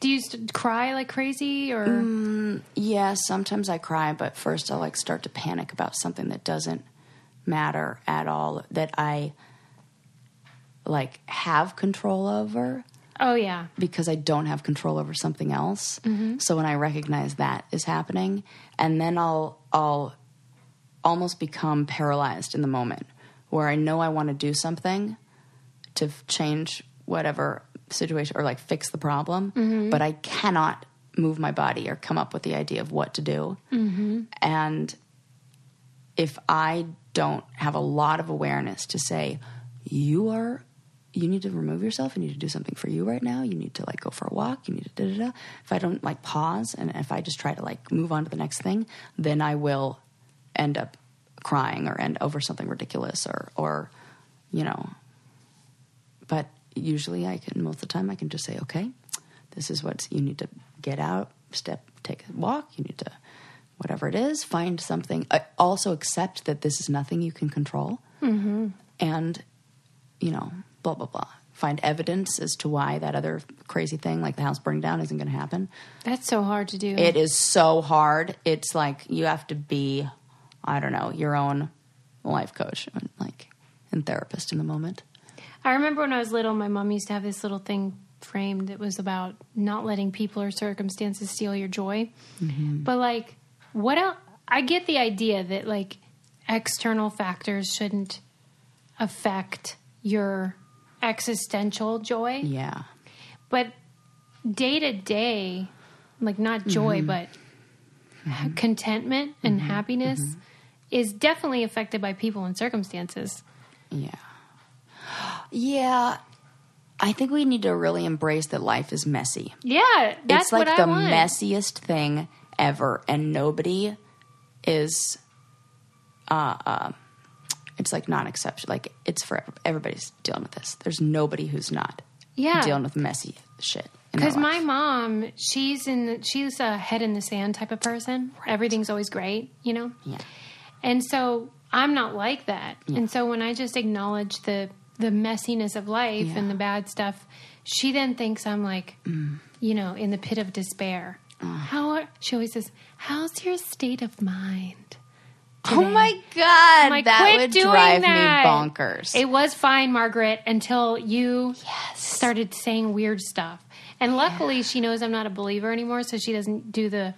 [SPEAKER 2] Do you st- cry like crazy or?
[SPEAKER 1] Mm. Yeah, sometimes I cry, but first I like start to panic about something that doesn't matter at all that I like have control over
[SPEAKER 2] Oh, yeah.
[SPEAKER 1] because I don't have control over something else. So when I recognize that is happening, and then I'll I'll almost become paralyzed in the moment where I know I want to do something to f- change whatever situation or like fix the problem, but I cannot move my body or come up with the idea of what to do. And if I don't have a lot of awareness to say, you are, you need to remove yourself, you need to do something for you right now, you need to like go for a walk, you need to da da da. If I don't like pause and if I just try to like move on to the next thing, then I will end up crying or and over something ridiculous or or you know. But usually I can most of the time I can just say, okay, this is what you need to get out, step, take a walk. You need to whatever it is, find something. I also accept that this is nothing you can control, and you know, blah blah blah. Find evidence as to why that other crazy thing, like the house burning down, isn't going to happen.
[SPEAKER 2] That's so hard to do.
[SPEAKER 1] It is so hard. It's like you have to be, I don't know, your own life coach and like and therapist in the moment.
[SPEAKER 2] I remember when I was little, my mom used to have this little thing framed that was about not letting people or circumstances steal your joy. But like, what else? I get the idea that like external factors shouldn't affect your existential joy,
[SPEAKER 1] Yeah.
[SPEAKER 2] but day to day, like not joy, but ha- contentment and happiness is definitely affected by people and circumstances.
[SPEAKER 1] Yeah. Yeah. I think we need to really embrace that life is messy.
[SPEAKER 2] Yeah, that's
[SPEAKER 1] it's like
[SPEAKER 2] what
[SPEAKER 1] the
[SPEAKER 2] I want.
[SPEAKER 1] messiest thing ever and nobody is uh, uh it's like non exception like it's for everybody's dealing with this. There's nobody who's not
[SPEAKER 2] Yeah.
[SPEAKER 1] dealing with messy shit. in their
[SPEAKER 2] Because my
[SPEAKER 1] life.
[SPEAKER 2] mom, she's in, the, she's a head in the sand type of person. Everything's always great, you know.
[SPEAKER 1] Yeah.
[SPEAKER 2] And so I'm not like that. And so when I just acknowledge the the messiness of life
[SPEAKER 1] Yeah. Mm.
[SPEAKER 2] and the bad stuff, she then thinks I'm like, you know, in the pit of despair.
[SPEAKER 1] Ah.
[SPEAKER 2] How are, she always says, "How's your state of mind?"
[SPEAKER 1] Oh my god,
[SPEAKER 2] I'm like,
[SPEAKER 1] that
[SPEAKER 2] quit
[SPEAKER 1] would
[SPEAKER 2] doing
[SPEAKER 1] drive
[SPEAKER 2] that.
[SPEAKER 1] me bonkers.
[SPEAKER 2] It was fine, Margaret, until you started saying weird stuff. And luckily, she knows I'm not a believer anymore, so she doesn't do the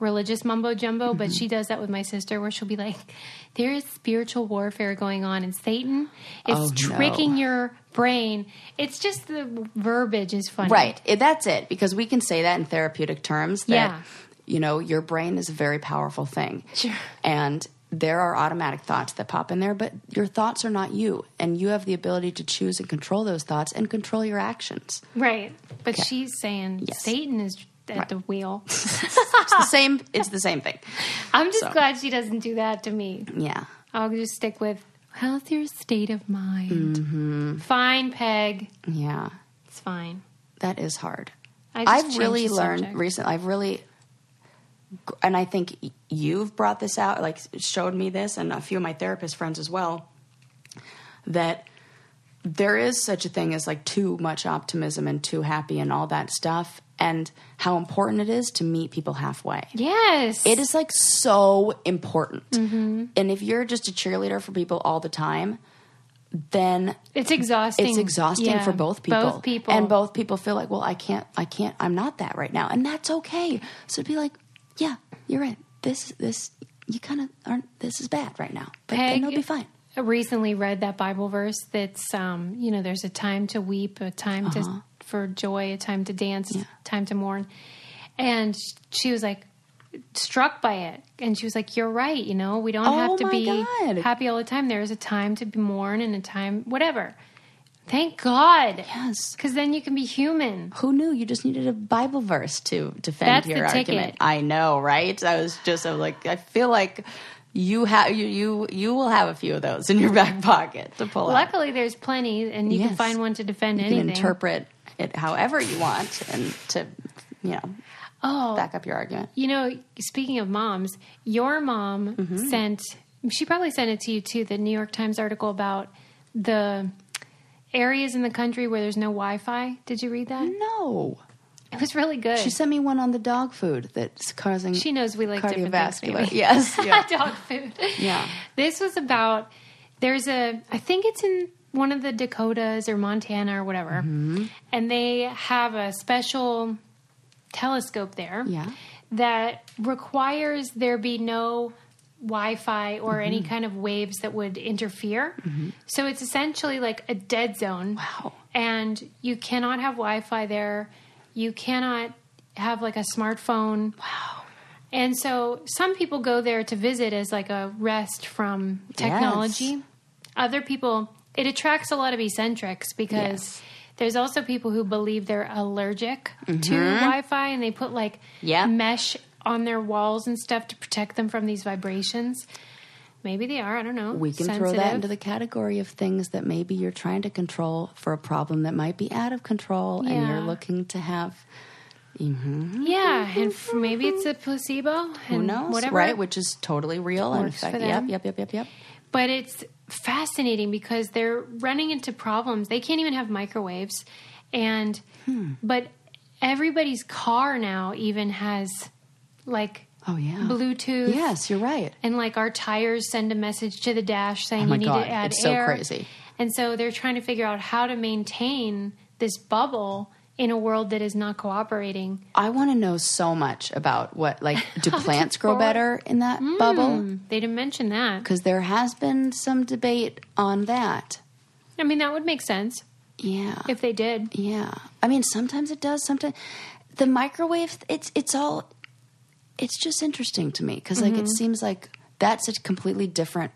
[SPEAKER 2] religious mumbo jumbo, but
[SPEAKER 1] Mm-hmm.
[SPEAKER 2] she does that with my sister, where she'll be like, There is spiritual warfare going on, and Satan is
[SPEAKER 1] Oh, no.
[SPEAKER 2] tricking your brain. It's just the verbiage is funny.
[SPEAKER 1] right, it, that's it because we can say that in therapeutic terms that
[SPEAKER 2] Yeah.
[SPEAKER 1] you know, your brain is a very powerful thing.
[SPEAKER 2] Sure.
[SPEAKER 1] And there are automatic thoughts that pop in there, but your thoughts are not you and you have the ability to choose and control those thoughts and control your actions.
[SPEAKER 2] Right. But she's saying
[SPEAKER 1] Yes.
[SPEAKER 2] Satan is at the wheel.
[SPEAKER 1] It's the same it's the same thing.
[SPEAKER 2] I'm just
[SPEAKER 1] So.
[SPEAKER 2] glad she doesn't do that to me.
[SPEAKER 1] Yeah.
[SPEAKER 2] I'll just stick with how's your state of mind?
[SPEAKER 1] Mm-hmm.
[SPEAKER 2] Fine, Peg.
[SPEAKER 1] Yeah.
[SPEAKER 2] It's fine.
[SPEAKER 1] That is hard.
[SPEAKER 2] I just
[SPEAKER 1] I've
[SPEAKER 2] changed
[SPEAKER 1] really
[SPEAKER 2] the
[SPEAKER 1] learned
[SPEAKER 2] subject.
[SPEAKER 1] recently. I've really, and I think y- you've brought this out, like showed me this, and a few of my therapist friends as well. That there is such a thing as like too much optimism and too happy and all that stuff, and how important it is to meet people halfway.
[SPEAKER 2] Yes.
[SPEAKER 1] It is like so important.
[SPEAKER 2] Mm-hmm.
[SPEAKER 1] And if you're just a cheerleader for people all the time, then
[SPEAKER 2] It's exhausting.
[SPEAKER 1] it's exhausting
[SPEAKER 2] Yeah.
[SPEAKER 1] for both people.
[SPEAKER 2] Both people.
[SPEAKER 1] And both people feel like, well, I can't, I can't, I'm not that right now. And that's okay. So be like, yeah, you're right. This, this, you kind of aren't, this is bad right now. But
[SPEAKER 2] Peg-
[SPEAKER 1] then it'll be fine.
[SPEAKER 2] I recently read that Bible verse that's um, you know, there's a time to weep, a time
[SPEAKER 1] Uh-huh.
[SPEAKER 2] to for joy, a time to dance, a time to mourn. And sh- she was like struck by it and she was like you're right you know we don't
[SPEAKER 1] Oh
[SPEAKER 2] have to
[SPEAKER 1] my
[SPEAKER 2] be
[SPEAKER 1] God.
[SPEAKER 2] happy all the time there's a time to be mourn and a time whatever thank god
[SPEAKER 1] Yes.
[SPEAKER 2] Because then you can be human.
[SPEAKER 1] Who knew? You just needed a Bible verse to defend
[SPEAKER 2] That's
[SPEAKER 1] your
[SPEAKER 2] the
[SPEAKER 1] argument.
[SPEAKER 2] ticket.
[SPEAKER 1] I know, right? I was just, I was like, I feel like you have, you, you, you will have a few of those in your back pocket to pull out.
[SPEAKER 2] Luckily, there's plenty, and you can
[SPEAKER 1] Yes.
[SPEAKER 2] find one to defend
[SPEAKER 1] You
[SPEAKER 2] anything.
[SPEAKER 1] can interpret it however you want and to, you know,
[SPEAKER 2] oh,
[SPEAKER 1] back up your argument.
[SPEAKER 2] you know, speaking of moms, your mom
[SPEAKER 1] Mm-hmm.
[SPEAKER 2] sent. She probably sent it to you too. The New York Times article about the areas in the country where there's no Wi-Fi. Did you read that?
[SPEAKER 1] No.
[SPEAKER 2] It was really good.
[SPEAKER 1] She sent me one on the dog food that's causing.
[SPEAKER 2] She knows we like different things,
[SPEAKER 1] cardiovascular.
[SPEAKER 2] baby.
[SPEAKER 1] yes, yeah.
[SPEAKER 2] dog food.
[SPEAKER 1] Yeah.
[SPEAKER 2] This was about there's a I think it's in one of the Dakotas or Montana or whatever.
[SPEAKER 1] Mm-hmm.
[SPEAKER 2] And they have a special telescope there
[SPEAKER 1] Yeah.
[SPEAKER 2] that requires there be no Wi-Fi or any
[SPEAKER 1] Mm-hmm.
[SPEAKER 2] kind of waves that would interfere. So it's essentially like a dead zone.
[SPEAKER 1] Wow.
[SPEAKER 2] And you cannot have Wi-Fi there. You cannot have like a smartphone. And so some people go there to visit as like a rest from technology.
[SPEAKER 1] Yes.
[SPEAKER 2] Other people, it attracts a lot of eccentrics because
[SPEAKER 1] Yes. Mm-hmm.
[SPEAKER 2] there's also people who believe they're allergic to Wi Fi and they put like
[SPEAKER 1] Yeah.
[SPEAKER 2] mesh on their walls and stuff to protect them from these vibrations. Maybe they are. I don't know.
[SPEAKER 1] We can throw that into the category of things that maybe you're trying to control for a problem that might be out of control and you're
[SPEAKER 2] Yeah.
[SPEAKER 1] looking to have
[SPEAKER 2] yeah, and f- maybe it's a placebo. And
[SPEAKER 1] who knows,
[SPEAKER 2] whatever.
[SPEAKER 1] right? Which is totally real. and
[SPEAKER 2] Works for
[SPEAKER 1] fact-
[SPEAKER 2] them.
[SPEAKER 1] Yep, yep, yep, yep, yep.
[SPEAKER 2] But it's fascinating because they're running into problems. They can't even have microwaves. And
[SPEAKER 1] Hmm.
[SPEAKER 2] but everybody's car now even has like
[SPEAKER 1] Oh yeah.
[SPEAKER 2] Bluetooth.
[SPEAKER 1] Yes, you're right.
[SPEAKER 2] And like our tires send a message to the dash saying
[SPEAKER 1] Oh my
[SPEAKER 2] you need
[SPEAKER 1] God,
[SPEAKER 2] to add
[SPEAKER 1] it's so
[SPEAKER 2] air.
[SPEAKER 1] crazy.
[SPEAKER 2] And so they're trying to figure out how to maintain this bubble in a world that is not cooperating.
[SPEAKER 1] I want to know so much about what like do plants grow
[SPEAKER 2] grow it.
[SPEAKER 1] better in that bubble?
[SPEAKER 2] Hmm. They didn't mention that.
[SPEAKER 1] Because there has been some debate on that.
[SPEAKER 2] I mean, that would make sense
[SPEAKER 1] Yeah.
[SPEAKER 2] if they did.
[SPEAKER 1] Yeah. I mean, sometimes it does. Sometimes the microwave, it's it's all it's just interesting to me cuz
[SPEAKER 2] Mm-hmm.
[SPEAKER 1] like it seems like that's a completely different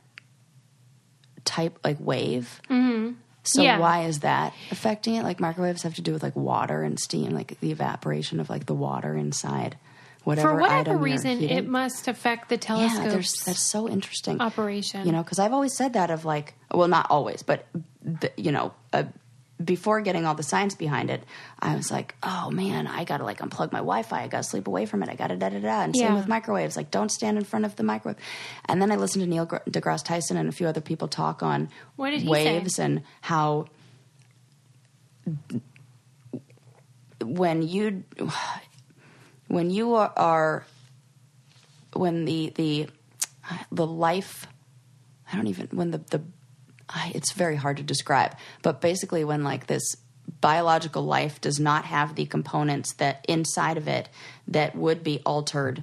[SPEAKER 1] type like wave. Mm-hmm. So
[SPEAKER 2] Yeah.
[SPEAKER 1] why is that affecting it? Like microwaves have to do with like water and steam, like the evaporation of like the water inside whatever
[SPEAKER 2] For whatever
[SPEAKER 1] item you're
[SPEAKER 2] reason,
[SPEAKER 1] heating.
[SPEAKER 2] it must affect the
[SPEAKER 1] yeah,
[SPEAKER 2] telescope's
[SPEAKER 1] there's, that's so interesting.
[SPEAKER 2] operation.
[SPEAKER 1] You know, because I've always said that of like, well, not always, but b- you know, uh, before getting all the science behind it, I was like, oh man, I gotta like unplug my Wi-Fi. I gotta sleep away from it. I gotta da da da. And same
[SPEAKER 2] Yeah.
[SPEAKER 1] with microwaves. Like, don't stand in front of the microwave. And then I listened to Neil Gr- deGrasse Tyson and a few other people talk on
[SPEAKER 2] What did he say?
[SPEAKER 1] waves and how when you when you are, are when the the the life I don't even when the the I- it's very hard to describe, but basically when like this biological life does not have the components that inside of it that would be altered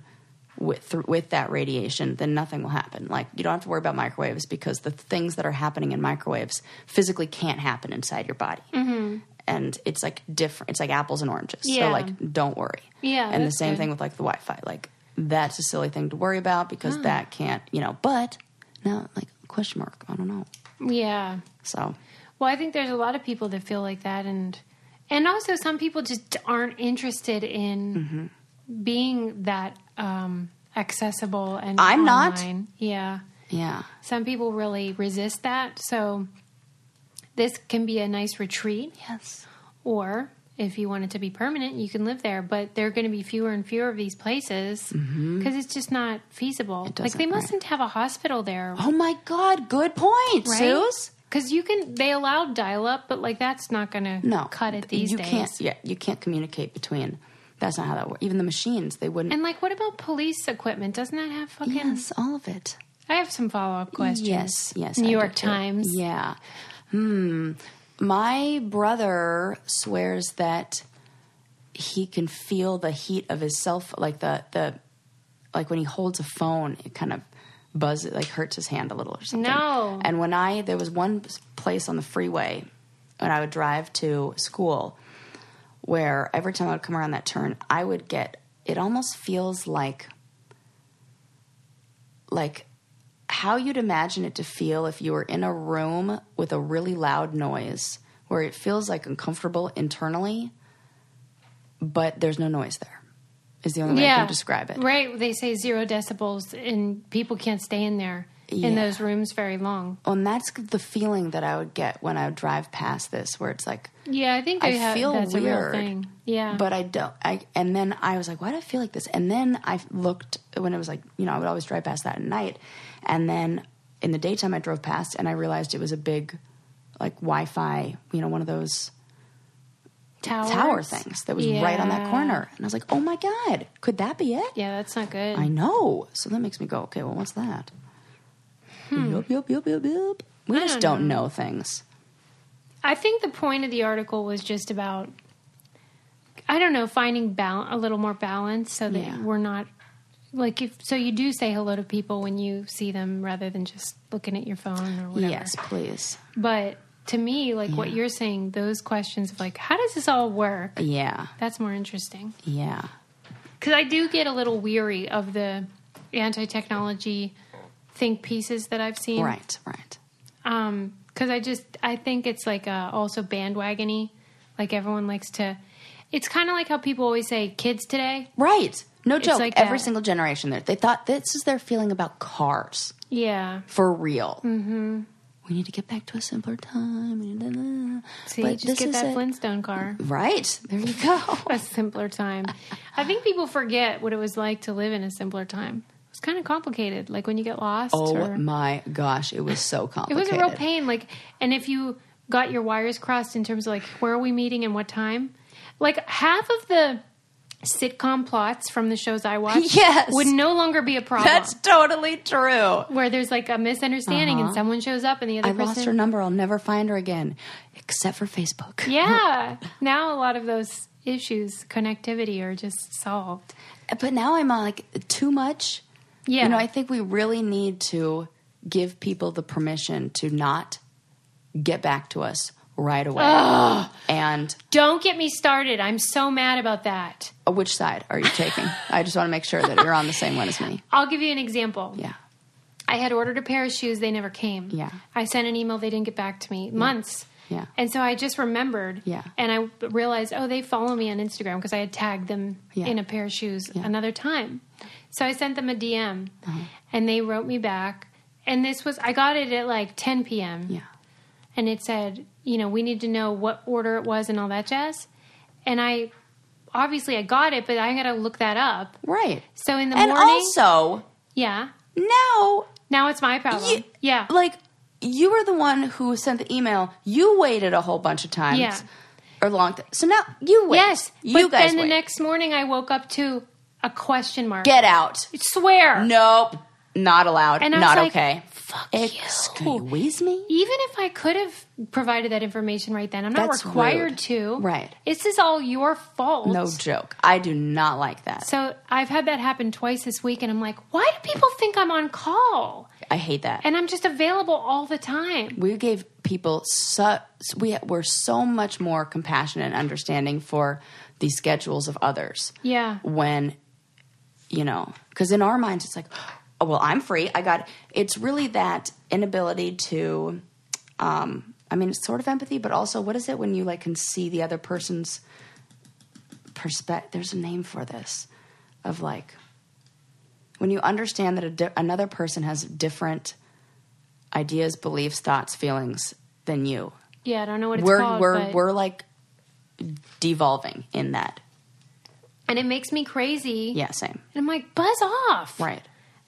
[SPEAKER 1] with through, with that radiation, then nothing will happen. Like you don't have to worry about microwaves because the things that are happening in microwaves physically can't happen inside your body. And it's like different. It's like apples and oranges. So
[SPEAKER 2] Yeah.
[SPEAKER 1] like, don't worry.
[SPEAKER 2] Yeah,
[SPEAKER 1] And the
[SPEAKER 2] that's
[SPEAKER 1] same
[SPEAKER 2] good.
[SPEAKER 1] thing with like the Wi-Fi. Like that's a silly thing to worry about because that can't, you know. But now, like question mark. I don't know.
[SPEAKER 2] yeah.
[SPEAKER 1] So
[SPEAKER 2] Well, I think there's a lot of people that feel like that, and and also some people just aren't interested in
[SPEAKER 1] Mm-hmm.
[SPEAKER 2] being that um, accessible. And
[SPEAKER 1] I'm not.
[SPEAKER 2] not. Yeah,
[SPEAKER 1] yeah,
[SPEAKER 2] some people really resist that. So this can be a nice retreat,
[SPEAKER 1] yes,
[SPEAKER 2] or if you want it to be permanent, you can live there. But there are going to be fewer and fewer of these places because it's just not feasible. Like
[SPEAKER 1] Mm-hmm. doesn't,
[SPEAKER 2] they
[SPEAKER 1] right.
[SPEAKER 2] mustn't have a hospital there
[SPEAKER 1] Oh my God, good point,
[SPEAKER 2] right?
[SPEAKER 1] Suze.
[SPEAKER 2] Because you can, they allow dial up, but like that's not going to
[SPEAKER 1] No,
[SPEAKER 2] cut
[SPEAKER 1] th-
[SPEAKER 2] it these
[SPEAKER 1] you
[SPEAKER 2] days.
[SPEAKER 1] can't. Yeah, you can't communicate between. That's not how that works. Even the machines, they wouldn't.
[SPEAKER 2] And like, what about police equipment? Doesn't that have fucking?
[SPEAKER 1] yes, all of it.
[SPEAKER 2] I have some follow up questions.
[SPEAKER 1] Yes, yes.
[SPEAKER 2] New
[SPEAKER 1] I
[SPEAKER 2] York
[SPEAKER 1] do too.
[SPEAKER 2] Times.
[SPEAKER 1] Yeah. Hmm. My brother swears that he can feel the heat of his self, like the the like when he holds a phone, it kind of buzzes, like hurts his hand a little or something.
[SPEAKER 2] No.
[SPEAKER 1] And when I there was one place on the freeway when I would drive to school where every time I would come around that turn, I would get it almost feels like like how you'd imagine it to feel if you were in a room with a really loud noise where it feels like uncomfortable internally, but there's no noise there. Is the only way I
[SPEAKER 2] Yeah.
[SPEAKER 1] can describe it.
[SPEAKER 2] Right. They say zero decibels, and people can't stay in there in
[SPEAKER 1] Yeah.
[SPEAKER 2] those rooms very long.
[SPEAKER 1] Oh, and that's the feeling that I would get when I would drive past this, where it's like,
[SPEAKER 2] Yeah, I think
[SPEAKER 1] I
[SPEAKER 2] they have,
[SPEAKER 1] feel
[SPEAKER 2] that's a real
[SPEAKER 1] weird,
[SPEAKER 2] thing. Yeah.
[SPEAKER 1] but I don't. I and then I was like, why do I feel like this? And then I looked when it was like, you know, I would always drive past that at night, and then in the daytime I drove past and I realized it was a big, like Wi-Fi, you know, one of those
[SPEAKER 2] Towers?
[SPEAKER 1] tower things that was right on that
[SPEAKER 2] Yeah.
[SPEAKER 1] corner, and I was like, oh my god, could that be it?
[SPEAKER 2] Yeah, that's not good.
[SPEAKER 1] I know. So that makes me go, okay, well, what's that? Yup, yup, yup, yup, yup. We
[SPEAKER 2] Hmm. I
[SPEAKER 1] just
[SPEAKER 2] don't
[SPEAKER 1] don't know things.
[SPEAKER 2] I think the point of the article was just about, I don't know, finding bal- a little more balance so that
[SPEAKER 1] Yeah.
[SPEAKER 2] we're not like if so you do say hello to people when you see them rather than just looking at your phone or whatever.
[SPEAKER 1] Yes, please.
[SPEAKER 2] But to me, like what you're saying, those questions of like how does this all work?
[SPEAKER 1] Yeah,
[SPEAKER 2] That's more interesting
[SPEAKER 1] yeah.
[SPEAKER 2] because I do get a little weary of the anti technology think pieces that I've seen.
[SPEAKER 1] Right, right.
[SPEAKER 2] Um, 'cause because i just i think it's like uh also bandwagony like everyone likes to it's kind of like how people always say kids today
[SPEAKER 1] Right. No
[SPEAKER 2] It's
[SPEAKER 1] joke.
[SPEAKER 2] like
[SPEAKER 1] Every
[SPEAKER 2] that.
[SPEAKER 1] single generation, there they thought this is their feeling about cars
[SPEAKER 2] Yeah.
[SPEAKER 1] for real. Mm-hmm. We need to get back to a simpler time.
[SPEAKER 2] See,
[SPEAKER 1] But
[SPEAKER 2] just get
[SPEAKER 1] is
[SPEAKER 2] that
[SPEAKER 1] it.
[SPEAKER 2] Flintstone car.
[SPEAKER 1] Right there, you go.
[SPEAKER 2] A simpler time. I think people forget what it was like to live in a simpler time. It's kind of complicated. Like when you get lost.
[SPEAKER 1] Oh
[SPEAKER 2] or,
[SPEAKER 1] my gosh, it was so
[SPEAKER 2] it was
[SPEAKER 1] complicated.
[SPEAKER 2] a real pain. Like, and if you got your wires crossed in terms of like where are we meeting and what time, like half of the sitcom plots from the shows I watch
[SPEAKER 1] Yes.
[SPEAKER 2] would no longer be a problem.
[SPEAKER 1] That's totally true.
[SPEAKER 2] where there's like a misunderstanding and someone shows up and the other
[SPEAKER 1] I
[SPEAKER 2] person
[SPEAKER 1] lost her number. I'll never find her again, except for Facebook.
[SPEAKER 2] Yeah. now a lot of those issues, connectivity, are just solved.
[SPEAKER 1] But now I'm uh, like too much.
[SPEAKER 2] Yeah.
[SPEAKER 1] You know, I think we really need to give people the permission to not get back to us right away. And
[SPEAKER 2] Don't get me started. I'm so mad about that.
[SPEAKER 1] uh, which side are you taking? I just want to make sure that you're on the same one as me.
[SPEAKER 2] I'll give you an example.
[SPEAKER 1] Yeah.
[SPEAKER 2] I had ordered a pair of shoes, they never came.
[SPEAKER 1] Yeah.
[SPEAKER 2] I sent an email, they didn't get back to me. Months.
[SPEAKER 1] Yeah.
[SPEAKER 2] And so I just remembered.
[SPEAKER 1] Yeah.
[SPEAKER 2] And I realized, oh, they follow me on Instagram because I had tagged them
[SPEAKER 1] Yeah.
[SPEAKER 2] in a pair of shoes
[SPEAKER 1] Yeah. Uh-huh.
[SPEAKER 2] another time. So I sent them a DM and they wrote me back. And this was, I got it at like 10 p.m.
[SPEAKER 1] Yeah.
[SPEAKER 2] and it said, you know, we need to know what order it was and all that jazz. And I obviously I got it, but I got to look that up.
[SPEAKER 1] Right.
[SPEAKER 2] So in the
[SPEAKER 1] And
[SPEAKER 2] morning,
[SPEAKER 1] also,
[SPEAKER 2] yeah.
[SPEAKER 1] now
[SPEAKER 2] Now it's my problem.
[SPEAKER 1] You-
[SPEAKER 2] yeah.
[SPEAKER 1] Like you were the one who sent the email. You waited a whole bunch of times.
[SPEAKER 2] Yeah.
[SPEAKER 1] Or long. Th- so now you wait.
[SPEAKER 2] yes.
[SPEAKER 1] You
[SPEAKER 2] but
[SPEAKER 1] guys
[SPEAKER 2] then the
[SPEAKER 1] wait.
[SPEAKER 2] next morning I woke up to a question mark.
[SPEAKER 1] Get out.
[SPEAKER 2] Swear.
[SPEAKER 1] Nope. Not allowed.
[SPEAKER 2] And I was
[SPEAKER 1] Not
[SPEAKER 2] like,
[SPEAKER 1] okay.
[SPEAKER 2] Fuck you.
[SPEAKER 1] Excuse me.
[SPEAKER 2] Even if I could have provided that information right then, I'm not
[SPEAKER 1] That's
[SPEAKER 2] required
[SPEAKER 1] rude.
[SPEAKER 2] to.
[SPEAKER 1] Right.
[SPEAKER 2] This is all your fault.
[SPEAKER 1] No joke. I do not like that.
[SPEAKER 2] So I've had that happen twice this week, and I'm like, why do people think I'm on call?
[SPEAKER 1] I hate that.
[SPEAKER 2] and I'm just available all the time.
[SPEAKER 1] we gave people so we were so much more compassionate and understanding for the schedules of others.
[SPEAKER 2] Yeah.
[SPEAKER 1] When you know, because in our minds it's like, oh, well, I'm free. I got. It's really that inability to. Um, I mean, it's sort of empathy, but also, what is it when you like can see the other person's perspective? There's a name for this, of like when you understand that a di- another person has different ideas, beliefs, thoughts, feelings than you.
[SPEAKER 2] Yeah, I don't know what it's
[SPEAKER 1] we're
[SPEAKER 2] called.
[SPEAKER 1] we're
[SPEAKER 2] but-
[SPEAKER 1] we're like devolving in that.
[SPEAKER 2] and it makes me crazy.
[SPEAKER 1] Yeah, same.
[SPEAKER 2] And I'm like, buzz off.
[SPEAKER 1] Right.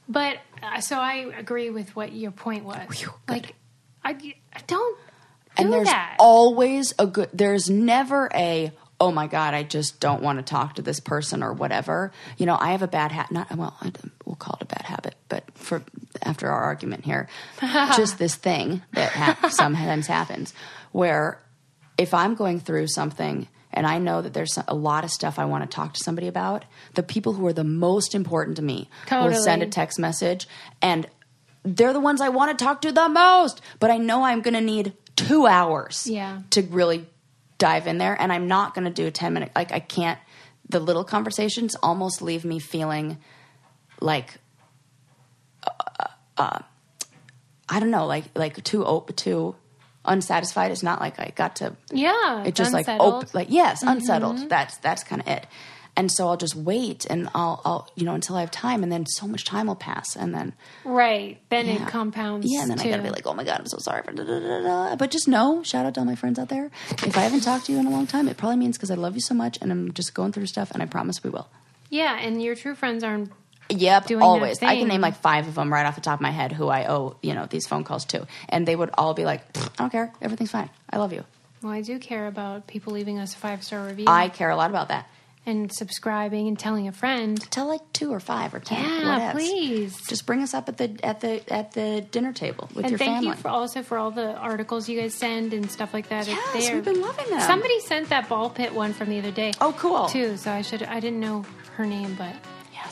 [SPEAKER 2] But uh, so I agree with what your point was.
[SPEAKER 1] Phew, good.
[SPEAKER 2] like, I, I don't do
[SPEAKER 1] And there's
[SPEAKER 2] that.
[SPEAKER 1] always a good there's never a oh my god, I just don't want to talk to this person or whatever. You know, I have a bad hat not well, I, we'll call it a bad habit, but for after our argument here, just this thing that ha- sometimes happens where if I'm going through something and I know that there's a lot of stuff I want to talk to somebody about, the people who are the most important to me will
[SPEAKER 2] Totally.
[SPEAKER 1] send a text message and they're the ones I want to talk to the most, but I know I'm going to need 2 hours
[SPEAKER 2] Yeah.
[SPEAKER 1] to really dive in there and I'm not going to do a 10 minute like I can't the little conversations almost leave me feeling like uh, uh, I don't know like like too op- too unsatisfied it's not like I got to
[SPEAKER 2] yeah.
[SPEAKER 1] it just like
[SPEAKER 2] unsettled. Mm-hmm.
[SPEAKER 1] op- like yes unsettled that's that's kind of it and so I'll just wait and I'll I'll you know until I have time and then so much time will pass and then
[SPEAKER 2] Right. Then
[SPEAKER 1] yeah.
[SPEAKER 2] it compounds.
[SPEAKER 1] Yeah, and then I
[SPEAKER 2] too.
[SPEAKER 1] gotta be like, oh my god, I'm so sorry for da da da da. But just know, shout out to all my friends out there. If I haven't talked to you in a long time, it probably means because I love you so much, and I'm just going through stuff, and I promise we will.
[SPEAKER 2] yeah, and your true friends aren't.
[SPEAKER 1] Yep,
[SPEAKER 2] Doing that
[SPEAKER 1] always. I can
[SPEAKER 2] thing.
[SPEAKER 1] name like five of them right off the top of my head who I owe you know these phone calls to, and they would all be like, "Pfft, I don't care, everything's fine, I love you.
[SPEAKER 2] Well, I do care about people leaving us a five star review
[SPEAKER 1] I care a lot about that.
[SPEAKER 2] and subscribing and telling a friend.
[SPEAKER 1] Tell like two or five or ten, whatevs.
[SPEAKER 2] Yeah, please.
[SPEAKER 1] Just bring us up at the at the at the dinner table with
[SPEAKER 2] and
[SPEAKER 1] your
[SPEAKER 2] thank
[SPEAKER 1] family.
[SPEAKER 2] you for also for all the articles you guys send and stuff like that. It's
[SPEAKER 1] Yes,
[SPEAKER 2] there.
[SPEAKER 1] we've been loving them.
[SPEAKER 2] Somebody sent that ball pit one from the other day.
[SPEAKER 1] Oh, cool.
[SPEAKER 2] Too. So I should. I didn't know her name, but
[SPEAKER 1] Yes.